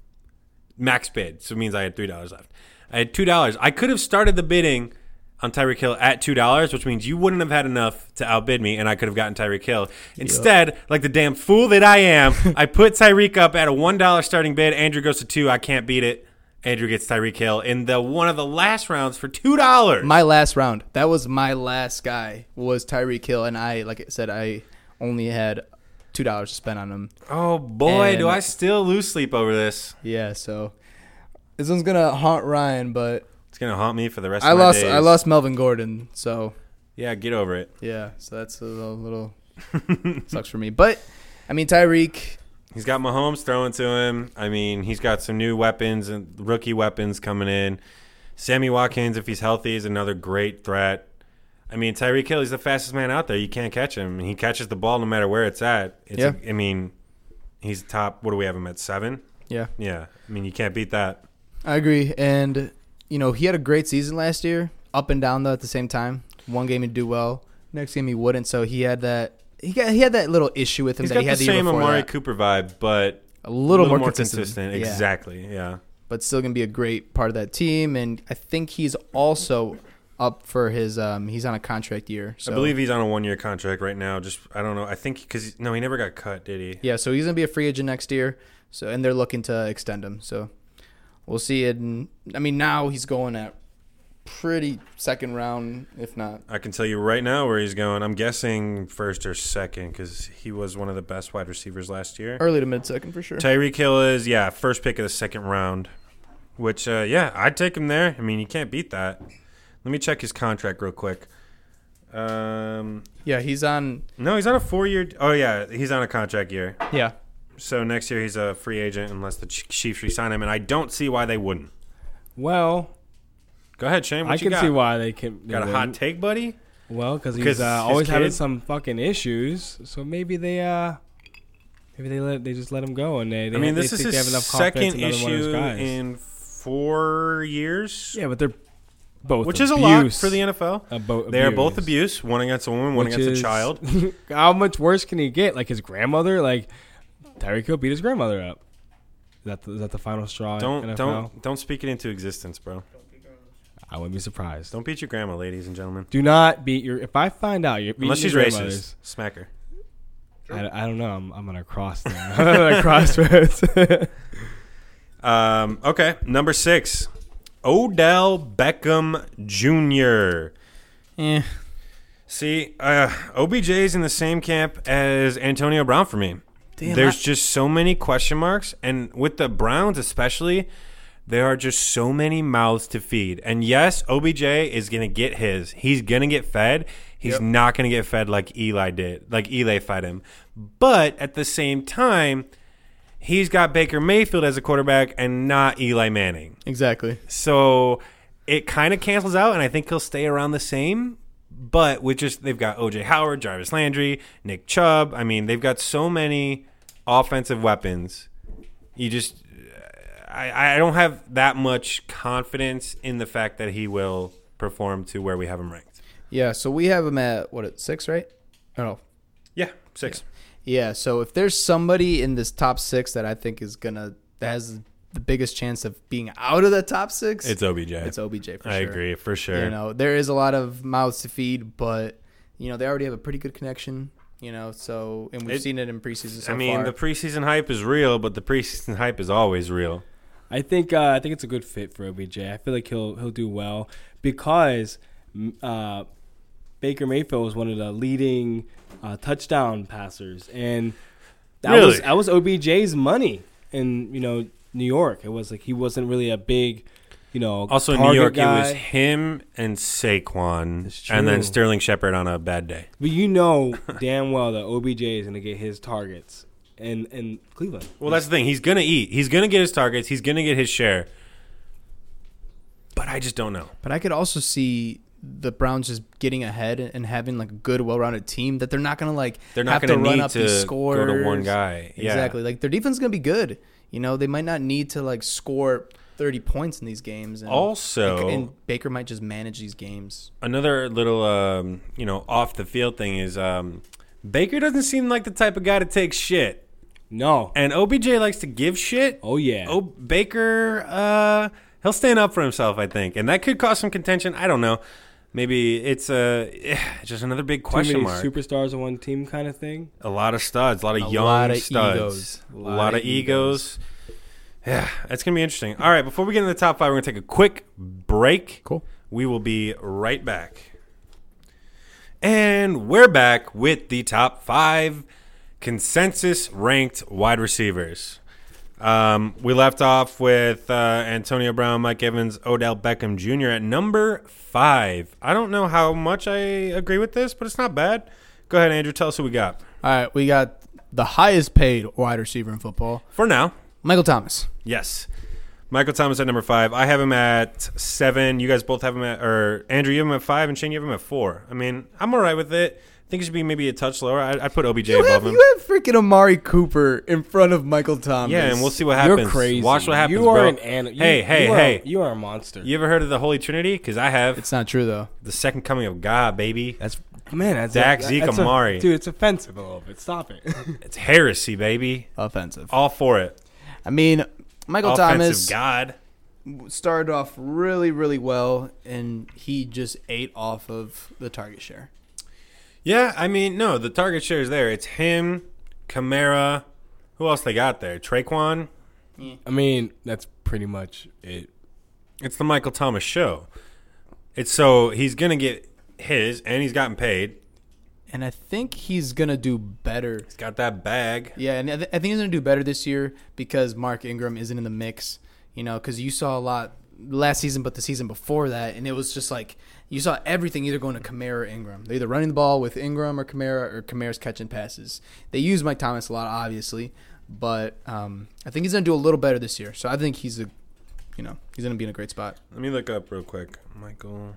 max bid. So it means I had three dollars left. I had two dollars. I could have started the bidding on Tyreek Hill at two dollars, which means you wouldn't have had enough to outbid me, and I could have gotten Tyreek Hill. Instead, like the damn fool that I <laughs> am, I put Tyreek up at a one dollar starting bid. Andrew goes to two. I can't beat it. Andrew gets Tyreek Hill in the one of the last rounds for two dollars. my last round. That was my last guy was Tyreek Hill, and I, like I said, I only had two dollars to spend on him. Oh boy, do And- I still lose sleep over this. Yeah, so this one's gonna haunt Ryan, but It's gonna haunt me for the rest. I of my lost. Days. I lost Melvin Gordon, so Yeah, get over it. yeah, so that's a little, little <laughs> sucks for me. But I mean, Tyreek, He's got Mahomes throwing to him. I mean, he's got some new weapons and rookie weapons coming in. Sammy Watkins, if he's healthy, is another great threat. I mean, Tyreek Hill, he's the fastest man out there. You can't catch him. He catches the ball no matter where it's at. It's Yeah. I mean, he's top. What do we have him at seven? yeah, Yeah. I mean, you can't beat that. I agree. And you know, he had a great season last year, up and down though at the same time. One game he'd do well, next game he wouldn't. So he had that. He got he had that little issue with him He's that got he the had the, year same before Amari that. Cooper vibe, but a little, more, consistent, Yeah. Exactly. Yeah. but still gonna be a great part of that team. And I think he's also up for his um he's on a contract year. So I believe he's on a one-year contract right now. Just I don't know. I think because no, he never got cut, did he? yeah, so he's gonna be a free agent next year. So and they're looking to extend him. So we'll see it. And I mean now he's going at pretty second round, if not. I can tell you right now where he's going. I'm guessing first or second because he was one of the best wide receivers last year. Early to mid second for sure. Tyreek Hill is yeah, first pick of the second round. Which uh, yeah, I'd take him there. I mean, you can't beat that. Let me check his contract real quick. Um, Yeah, he's on. no, he's on a four-year. Oh yeah, he's on a contract year. Yeah, So next year he's a free agent unless the Ch- Chiefs resign him, and I don't see why they wouldn't. Well, Go ahead, Shane. What I you can got? see why they can. Got a hot take, buddy? Well, because he's Because uh, his always having kid? some fucking issues, so maybe they uh, maybe they let they just let him go and they. they I mean, they this is think they have his enough confidence second in other one of issue those guys. in four years, yeah, but they're both which abuse. is a lot for the NFL. Abo- They are both abuse. abuse, one against a woman, one Which against is- a child. <laughs> How much worse can he get? Like his grandmother, like Tyreek Hill beat his grandmother up. Is that the, is that the final straw? <laughs> in Don't NFL? don't don't speak it into existence, bro. I wouldn't be surprised. Don't beat your grandma, ladies and gentlemen. Do not beat your. If I find out you're beating Unless your she's grandmothers- racist, smack her. I, I don't know. I'm, I'm on a cross. There. <laughs> I'm on a crossroads. <laughs> Um, okay, number six, Odell Beckham Jr. Eh. See, uh, OBJ's in the same camp as Antonio Brown for me. Damn, There's I- just so many question marks, and with the Browns especially, there are just so many mouths to feed. And yes, OBJ is gonna get his. He's gonna get fed. He's not gonna get fed like Eli did, like Eli fed him. But at the same time, he's got Baker Mayfield as a quarterback and not Eli Manning. Exactly. So it kind of cancels out, and I think he'll stay around the same. But with just they've got OJ Howard, Jarvis Landry, Nick Chubb. I mean, they've got so many offensive weapons. You just, I, I don't have that much confidence in the fact that he will perform to where we have him ranked. Yeah. So we have him at what at six, right? Oh, I don't know. Yeah, six. Yeah, so if there's somebody in this top six that I think is gonna that has the biggest chance of being out of the top six, It's OBJ. it's OBJ. For I sure. agree for sure. You know, there is a lot of mouths to feed, but you know they already have a pretty good connection. You know, so and we've It- seen it in preseason so I mean, far. the preseason hype is real, but the preseason hype is always real. I think uh, I think it's a good fit for OBJ. I feel like he'll he'll do well because m- uh, Baker Mayfield was one of the leading uh, touchdown passers, and that was Really? that was OBJ's money in you know New York. It was like he wasn't really a big you know Also in New target York, it was guy. him and Saquon, That's and then true. Sterling Shepard on a bad day. But you know <laughs> damn well that OBJ is going to get his targets in in Cleveland. Well, that's the thing. He's gonna eat. He's gonna get his targets. He's gonna get his share. But I just don't know. but I could also see the Browns just getting ahead and having like a good, well-rounded team that they're not gonna like. They're not have gonna to run need up to these go scores. to one guy. Yeah. Exactly. Like their defense is gonna be good. You know, they might not need to like score thirty points in these games. And Also- and Baker might just manage these games. Another little, um, you know, off the field thing is um, Baker doesn't seem like the type of guy to take shit, No. and OBJ likes to give shit. Oh yeah. Oh, Baker, uh, he'll stand up for himself, I think, and that could cause some contention. I don't know. Maybe it's uh, <sighs> just another big Too question many mark. superstars on one team kind of thing. a lot of studs, a lot of A young lot of studs, egos. a lot, of egos. Yeah, that's gonna be interesting. All right, before we get into the top five, we're gonna take a quick break. Cool. We will be right back. And we're back with the top five consensus ranked wide receivers. Um, we left off with uh, Antonio Brown, Mike Evans, Odell Beckham Jr. at number five. I don't know how much I agree with this, but it's not bad. Go ahead, Andrew. Tell us who we got All right, we got the highest paid wide receiver in football, for now. Michael Thomas. Yes. Michael Thomas at number five. I have him at seven. You guys both have him at, or Andrew, you have him at five, and Shane, you have him at four. I mean, I'm all right with it. I think it should be maybe a touch lower. I, I'd put OBJ You above have, him. you have freaking Amari Cooper in front of Michael Thomas. yeah, and we'll see what You're happens. crazy. Watch what happens, You are bro. an animal. Hey, hey, you are, hey. You are a monster. You ever heard of the Holy Trinity? Because I have. It's not true though. the second coming of God, baby. That's <laughs> man. That's Dak, that- Zeke, that's a- Amari. dude, it's offensive a little bit. Stop it. <laughs> It's heresy, baby. Offensive. All for it. I mean, Michael Offensive Thomas God. started off really, really well, and he just ate off of the target share. Yeah, I mean, no, the target share is there. It's him, Kamara. Who else they got there? Traquan. I mean, that's pretty much it. It's the Michael Thomas show. It's so he's gonna get his, and he's gotten paid. And I think he's gonna do better. He's got that bag. Yeah, and I, th- I think he's gonna do better this year because Mark Ingram isn't in the mix. You know, because you saw a lot last season, but the season before that, and it was just like you saw everything either going to Kamara or Ingram. They're either running the ball with Ingram or Kamara, or Kamara's catching passes. They use Mike Thomas a lot, obviously, but um, I think he's gonna do a little better this year. So I think he's a, you know, he's gonna be in a great spot. Let me look up real quick. Michael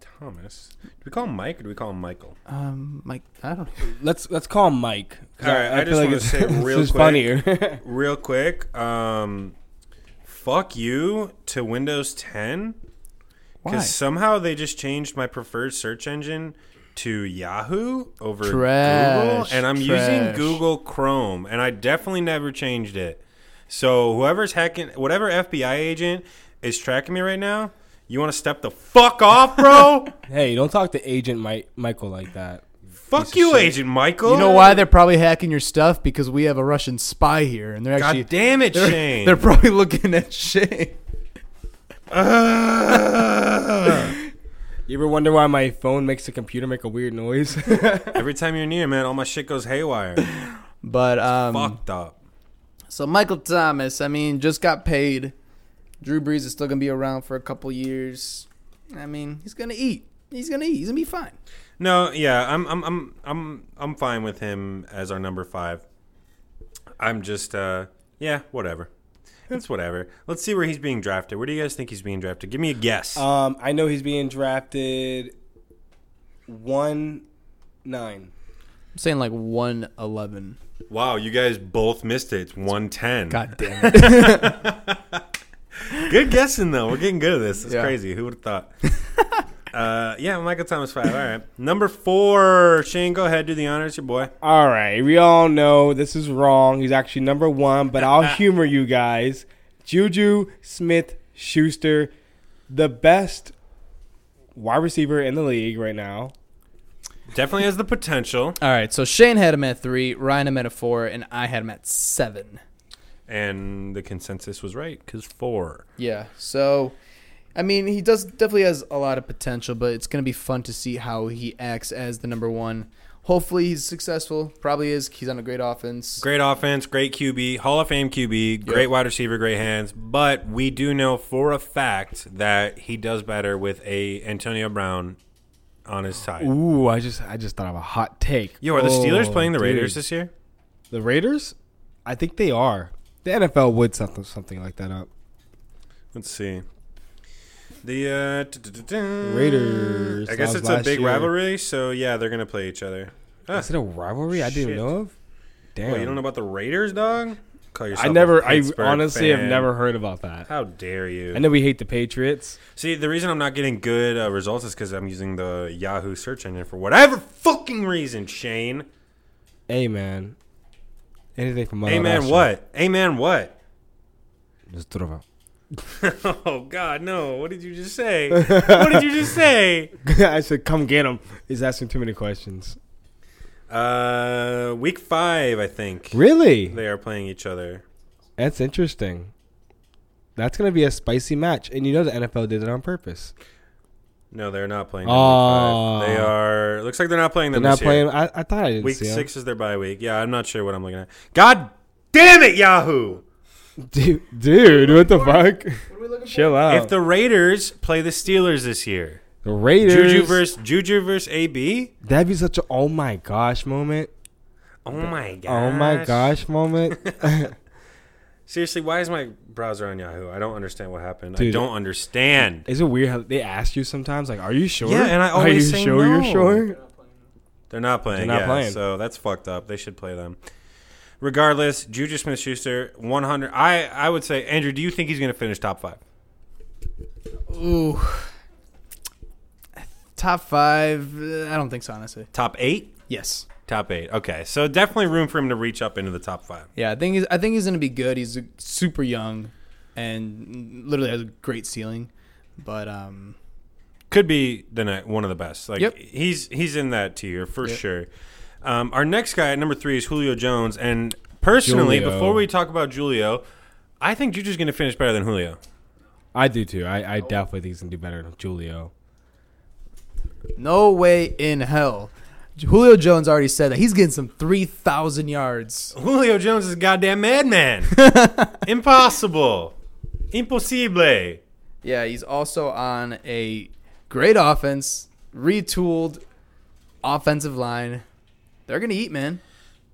Thomas. Do we call him Mike or do we call him Michael? Um, Mike, I don't. Let's let's call him Mike. 'cause All right, I just wanna it's- <laughs> say it's real just quick- funnier. <laughs> Real quick, um, fuck you to Windows 10 Why? because somehow they just changed my preferred search engine to Yahoo over Trash, Google, and I'm using trash. Google Chrome, and I definitely never changed it. So whoever's hacking, whatever FBI agent is tracking me right now, you want to step the fuck off, <laughs> bro? hey, don't talk to Agent Mike Michael like that. fuck of you, shit. Agent Michael. You know why they're probably hacking your stuff because we have a Russian spy here, and they're God actually damn it, they're, Shane. they're probably looking at <laughs> Shane. Ugh. You ever wonder why my phone makes the computer make a weird noise? <laughs> Every time you're near, man, all my shit goes <clears throat> haywire. But um, Fucked up. So Michael Thomas, I mean, just got paid. Drew Brees is still gonna be around for a couple years. I mean, he's gonna eat. He's gonna eat. He's gonna be fine. No, yeah, I'm, I'm, I'm, I'm, I'm fine with him as our number five. I'm just, uh, yeah, whatever. It's whatever. Let's see where he's being drafted. Where do you guys think he's being drafted? Give me a guess. um, I know he's being drafted one nine. I'm saying like one eleven. wow, you guys both missed it. It's one ten. God <laughs> damn it. Good guessing though. We're getting good at this. It's Yeah. crazy. Who would have thought? uh, yeah, Michael Thomas five. All right, number four. Shane, go ahead. Do the honors, your boy. All right, we all know this is wrong. He's actually number one, but <laughs> I'll humor you guys. Juju Smith Schuster, the best wide receiver in the league right now. Definitely has the potential. All right. So Shane had him at three, Ryan had him at four, and I had him at seven. And the consensus was right because four. Yeah. So, I mean, he does definitely has a lot of potential, but it's gonna be fun to see how he acts as the number one. Hopefully, he's successful. Probably is. He's on a great offense. Great offense, great QB, Hall of Fame QB, great wide receiver, great hands. But we do know for a fact that he does better with a Antonio Brown on his side. Ooh, I just I just thought of a hot take. Yo, are the Steelers Oh, playing the dude. Raiders this year? The Raiders? I think they are. The NFL would something something like that up. Let's see. The uh, Raiders I guess lost it's a last big year. rivalry, so yeah, they're gonna play each other. Ah. Is it a rivalry I Shit. didn't know of? Damn. Wait, you don't know about the Raiders, dog? Call yourself I a never I Pittsburgh honestly have fan. never heard about that. How dare you? I know we hate the Patriots. See, the reason I'm not getting good uh, results is because I'm using the Yahoo search engine for whatever fucking reason, Shane. Hey man. Anything from Amen. what? Amen. what? <laughs> Just throw it out. oh God, no! What did you just <laughs> say? what did you just say? I said, "Come get him." He's asking too many questions. Uh, week five, I think Really? they are playing each other. That's interesting. That's gonna be a spicy match, and you know the NFL did it on purpose. No, they're not playing. them week five. Oh. They are. Looks like they're not playing They're them. not this year. playing. I, I thought I didn't Week see 'em. six is their bye week. Yeah, I'm not sure what I'm looking at. God damn it, Yahoo! <laughs> dude, dude. What the fuck? <laughs> Chill out. If the Raiders play the Steelers this year, The Raiders. Juju versus Juju versus AB. That'd be such a oh my gosh moment. Oh my gosh. Oh my gosh moment. <laughs> Seriously, why is my browser on Yahoo? I don't understand what happened. I Dude. don't understand. Is it weird how they ask you sometimes like, "Are you sure?" Yeah, and I <laughs> Are you always say sure no. you're sure? They're not playing. They're not yeah, playing. So that's fucked up. They should play them. Regardless, Juju Smith Schuster, 100. I, I would say, Andrew, do you think he's going to finish top five? Ooh. Top five? uh, I don't think so, honestly. Top eight? Yes. Top eight. Okay. So definitely room for him to reach up into the top five. Yeah, I think he's, I think he's gonna be good. He's uh, super young, and literally has a great ceiling. But um, could be the ne- one of the best. Like Yep. he's he's in that tier for Yep. sure. Um, our next guy at number three is Julio Jones, and personally, Julio. before we talk about Julio, I think Juju's going to finish better than Julio. I do too. I, I definitely think he's gonna do better than Julio. no way in hell. Julio Jones already said that he's getting some three thousand yards. Julio Jones is a goddamn <laughs> madman. Impossible, impossible. Yeah, he's also on a great offense, retooled offensive line. They're gonna eat, man.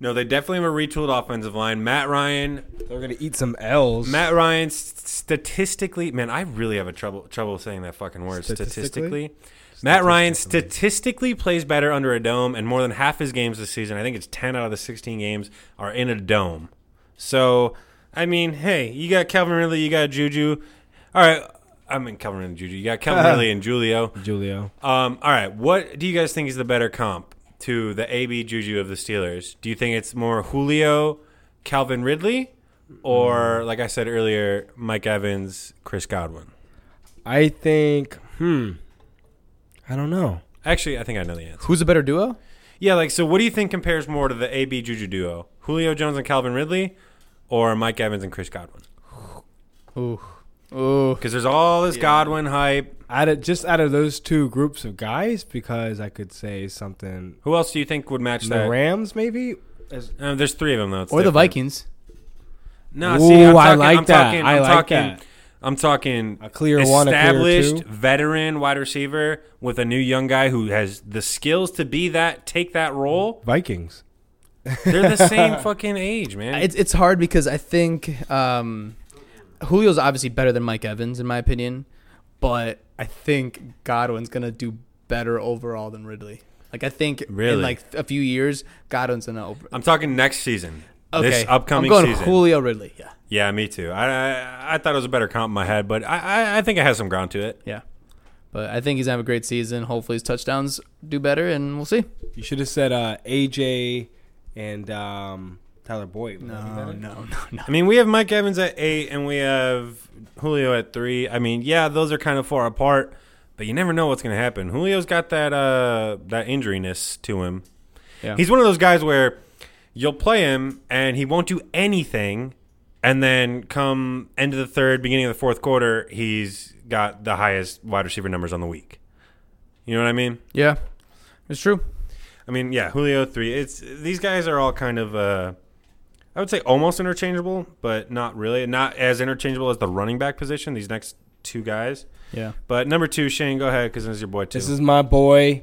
No, they definitely have a retooled offensive line. Matt Ryan, They're gonna eat some L's. Matt Ryan, s- statistically, man, I really have a trouble trouble saying that fucking word. Statistically, Statistically? Matt Ryan statistically. statistically plays better under a dome, and more than half his games this season, I think it's 10 out of the 16 games, are in a dome. So, I mean, hey, you got Calvin Ridley, you got Juju. All right, I mean, Calvin Ridley and Juju. You got <laughs> Calvin Ridley and Julio. Julio. Um, all right, what do you guys think is the better comp to the AB Juju of the Steelers? Do you think it's more Julio, Calvin Ridley, Mm. or, like I said earlier, Mike Evans, Chris Godwin? I think. Hmm. I don't know. Actually, I think I know the answer. Who's a better duo? Yeah, like so. What do you think compares more to the AB Juju duo, Julio Jones and Calvin Ridley, or Mike Evans and Chris Godwin? Ooh. Ooh. Because there's all this Yeah. Godwin hype. Out of just out of those two groups of guys, because I could say something. Who else do you think would match The that? Rams, maybe. Uh, there's three of them though. It's Or the different. Vikings. No, see, I'm Ooh, I talking, like I'm that. Talking, I I'm like talking, that. I'm talking A clear one, a clear established two. veteran wide receiver with a new young guy who has the skills to be that, take that role. Vikings. They're <laughs> the same fucking age, man. It's it's hard because I think um, Julio's obviously better than Mike Evans in my opinion, but I think Godwin's gonna do better overall than Ridley. Like I think Really? in like a few years, Godwin's gonna over. I'm talking next season, Okay, this upcoming I'm going season. Julio Ridley. Yeah, Yeah, me too. I, I I thought it was a better comp in my head, but I I, I think it has some ground to it. yeah. But I think he's gonna have a great season. Hopefully his touchdowns do better, and we'll see. You should have said uh, AJ and um, Tyler Boyd. Would that be better? no, no, no. I mean, we have Mike Evans at eight, and we have Julio at three. I mean, yeah, those are kind of far apart, but you never know what's going to happen. Julio's got that uh that injuryness to him. Yeah. He's one of those guys where you'll play him and he won't do anything, and then come end of the third, beginning of the fourth quarter, he's got the highest wide receiver numbers on the week. You know what I mean? Yeah, it's true. I mean, yeah, Julio three. It's these guys are all kind of, uh, I would say, almost interchangeable, but not really. Not as interchangeable as the running back position. These next two guys. Yeah. But number two, Shane, go ahead because this is your boy too. This is my boy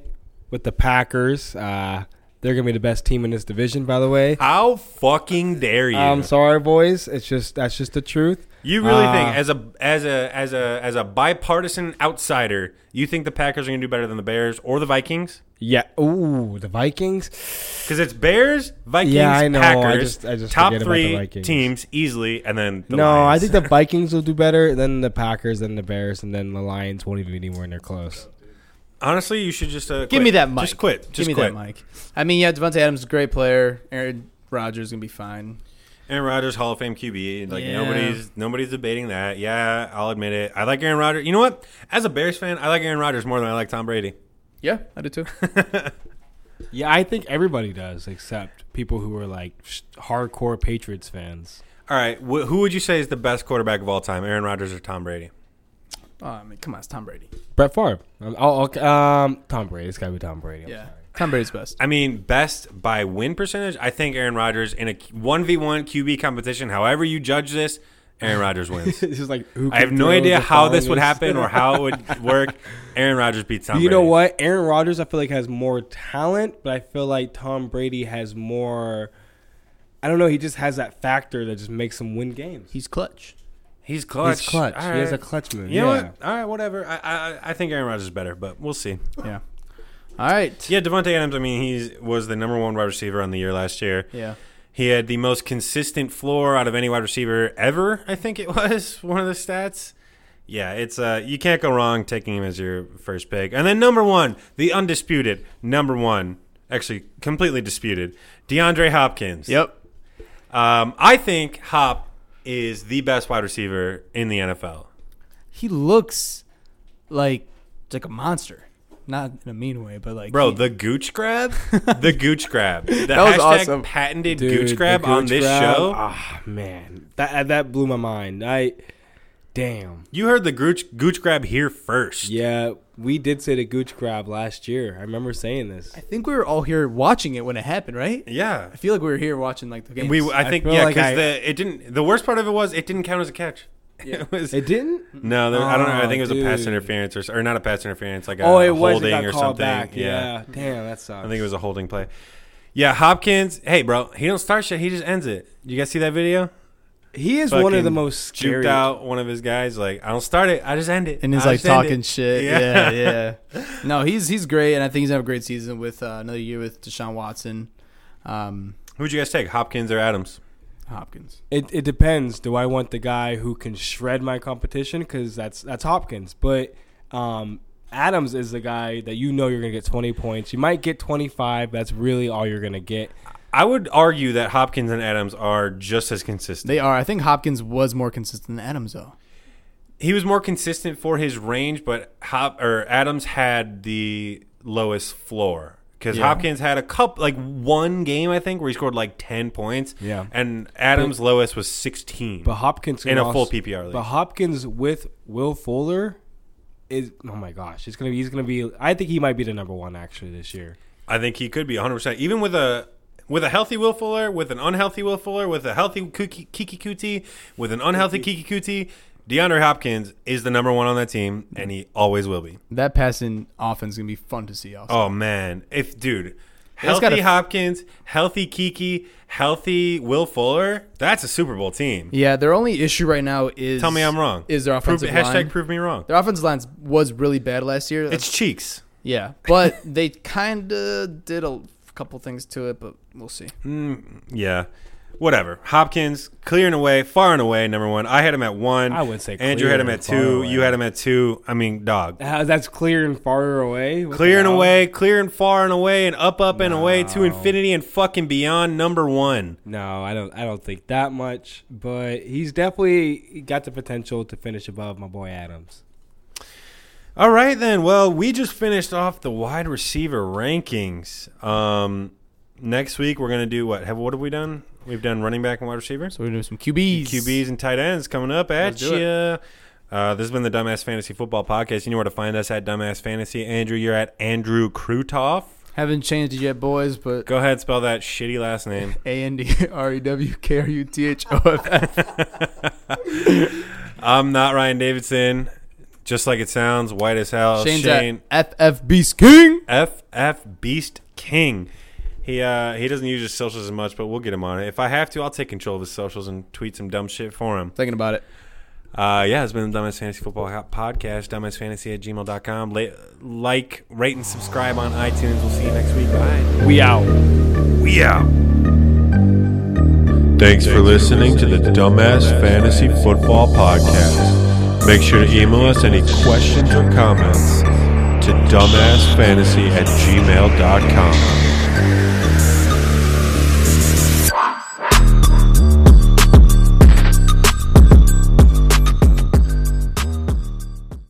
with the Packers. Uh, they're gonna be the best team in this division, by the way. How fucking dare you? I'm sorry, boys. It's just that's just the truth. you really Uh, think as a as a as a as a bipartisan outsider, you think the Packers are going to do better than the Bears or the Vikings? Yeah. Ooh, the Vikings. Because it's Bears, Vikings, Yeah, I know. I Packers, just- I just top forget about the three Vikings. teams easily, and then the no, Lions. I think the Vikings will do better than the Packers, then the Bears, and then the Lions won't even be anywhere near close. honestly, you should just uh, Give quit. me that mic. Just quit. Just Give me quit. that, Mike. I mean, yeah, Devontae Adams is a great player. Aaron Rodgers is gonna be fine. Aaron Rodgers Hall of Fame QB. Like Yeah. nobody's nobody's debating that. Yeah, I'll admit it. I like Aaron Rodgers. You know what? As a Bears fan, I like Aaron Rodgers more than I like Tom Brady. Yeah, I do too. Yeah, I think everybody does, except people who are like sh- hardcore Patriots fans. All right, wh- who would you say is the best quarterback of all time, Aaron Rodgers or Tom Brady? <laughs> oh, I mean, come on, it's Tom Brady. Brett Favre. Um, oh, okay, um, Tom Brady. It's got to be Tom Brady. I'm yeah, sorry. Tom Brady's best. I mean, best by win percentage. I think Aaron Rodgers in a one v one QB competition. However you judge this, Aaron Rodgers <laughs> wins. <laughs> it's just like who I have can no throw idea the how this would farthest. happen or how it would <laughs> work. Aaron Rodgers beats Tom. you know Brady. what? Aaron Rodgers, I feel like has more talent, but I feel like Tom Brady has more. I don't know. He just has that factor that just makes him win games. He's clutch. He's clutch. He's clutch. All He has a right. clutch move. You know yeah. what? All right, whatever. I, I I think Aaron Rodgers is better, but we'll see. Yeah. All right. Yeah, Devontae Adams. I mean, he was the number one wide receiver on the year last year. Yeah. He had the most consistent floor out of any wide receiver ever. I think it <laughs> was one of the stats. Yeah, it's uh, you can't go wrong taking him as your first pick. And then number one, the undisputed number one, actually completely disputed, DeAndre Hopkins. Yep. Um, I think Hop is the best wide receiver in the NFL. He looks like like a monster, not in a mean way, but like Bro, he- the gooch grab, <laughs> the gooch grab, the That was hashtag awesome. patented Dude, gooch the grab on Gooch this grab, show. Ah man, uh, that that blew my mind. I damn. You heard the gooch gooch grab here first. Yeah, we did say the gooch grab last year. I remember saying this. I think we were all here watching it when it happened, right? Yeah. I feel like we were here watching like the game. We I think feel yeah like because I- the it didn't the worst part of it was it didn't count as a catch. <laughs> it was It didn't. no there, I don't know I Oh, think it was a pass dude. interference or, s- or not a pass interference like a oh, it was. Uh, It holding got or called something. back. yeah. Yeah. damn, that sucks. I think it was a holding play. Yeah, Hopkins. Hey, bro, he don't start shit. He just ends it. You guys see that video? He is one of the fucking most juked scary. out one of his guys. Like, I don't start it. I just end it. and he's I like just end talking it." shit. Yeah. Yeah, <laughs> yeah. No, he's he's great, and I think he's gonna have a great season with uh, another year with Deshaun Watson, um, Who'd you guys take, Hopkins or Adams? Hopkins. It, it depends. Do I want the guy who can shred my competition? Because that's that's Hopkins. But um, Adams is the guy that you know you're gonna get 20 points. You might get 25. That's really all you're gonna get. I would argue that Hopkins and Adams are just as consistent. They are. I think Hopkins was more consistent than Adams, though. He was more consistent for his range, but Hop or Adams had the lowest floor because Yeah. Hopkins had a cup like one game I think where he scored like ten points. Yeah. and Adams' lowest was sixteen. But Hopkins In a can full also- PPR league. But Hopkins with Will Fuller is oh my gosh, it's gonna be he's gonna be. I think he might be the number one actually this year. I think he could be 100 percent even with a with a healthy Will Fuller, with an unhealthy Will Fuller, with a healthy Kuki- Kiki Kuti, with an unhealthy Kiki Kuti. DeAndre Hopkins is the number one on that team, and he always will be. That passing offense is gonna be fun to see. Also, Oh man, if dude, That's healthy gotta- Hopkins, healthy Kiki, healthy Will Fuller, that's a Super Bowl team. yeah, their only issue right now is Tell me I'm wrong. Is their Prove, offensive hashtag line? prove me wrong. their offensive line was really bad last year. It's cheeks. yeah, but they kind of did a couple things to it, but we'll see. Mm, yeah. Whatever. Hopkins clearing away, far and away number one. I had him at one. I would say Andrew had clear him and at far two. away. You had him at two. I mean, dog. Uh, That's clear and far away. What the Clear and hell? away, clear and far and away, and up, up and away to No. infinity and fucking beyond. Number one. No, I don't. I don't think that much. But he's definitely got the potential to finish above my boy Adams. All right then. Well, we just finished off the wide receiver rankings. Um, next week we're gonna do what? Have what have we done? We've done running back and wide receivers, So we're gonna do some QBs. QBs and tight ends coming up at Let's do it. you. Uh, this has been the Dumbass Fantasy Football Podcast. You know where to find us at Dumbass Fantasy. Andrew, you're at Andrew Krutoff. Haven't changed it yet, boys, but Go ahead, and spell that shitty last name. <laughs> A N D <laughs> R E W K R U T H O F. I'm not Ryan Davidson. Just like it sounds, white as hell. Shane's Shane at FF Beast King. FF Beast King. He uh, he doesn't use his socials as much, but we'll get him on it. If I have to, I'll take control of his socials and tweet some dumb shit for him. Thinking about it. Uh, yeah, it's been the Dumbass Fantasy Football Ho- Podcast, dumbassfantasy at gmail.com. La- like, rate, and subscribe on iTunes. We'll see you next week. Bye. We out. We out. Thanks for listening to the Dumbass Fantasy Football Podcast. Make sure to email us any questions or comments to dumbassfantasy at gmail.com.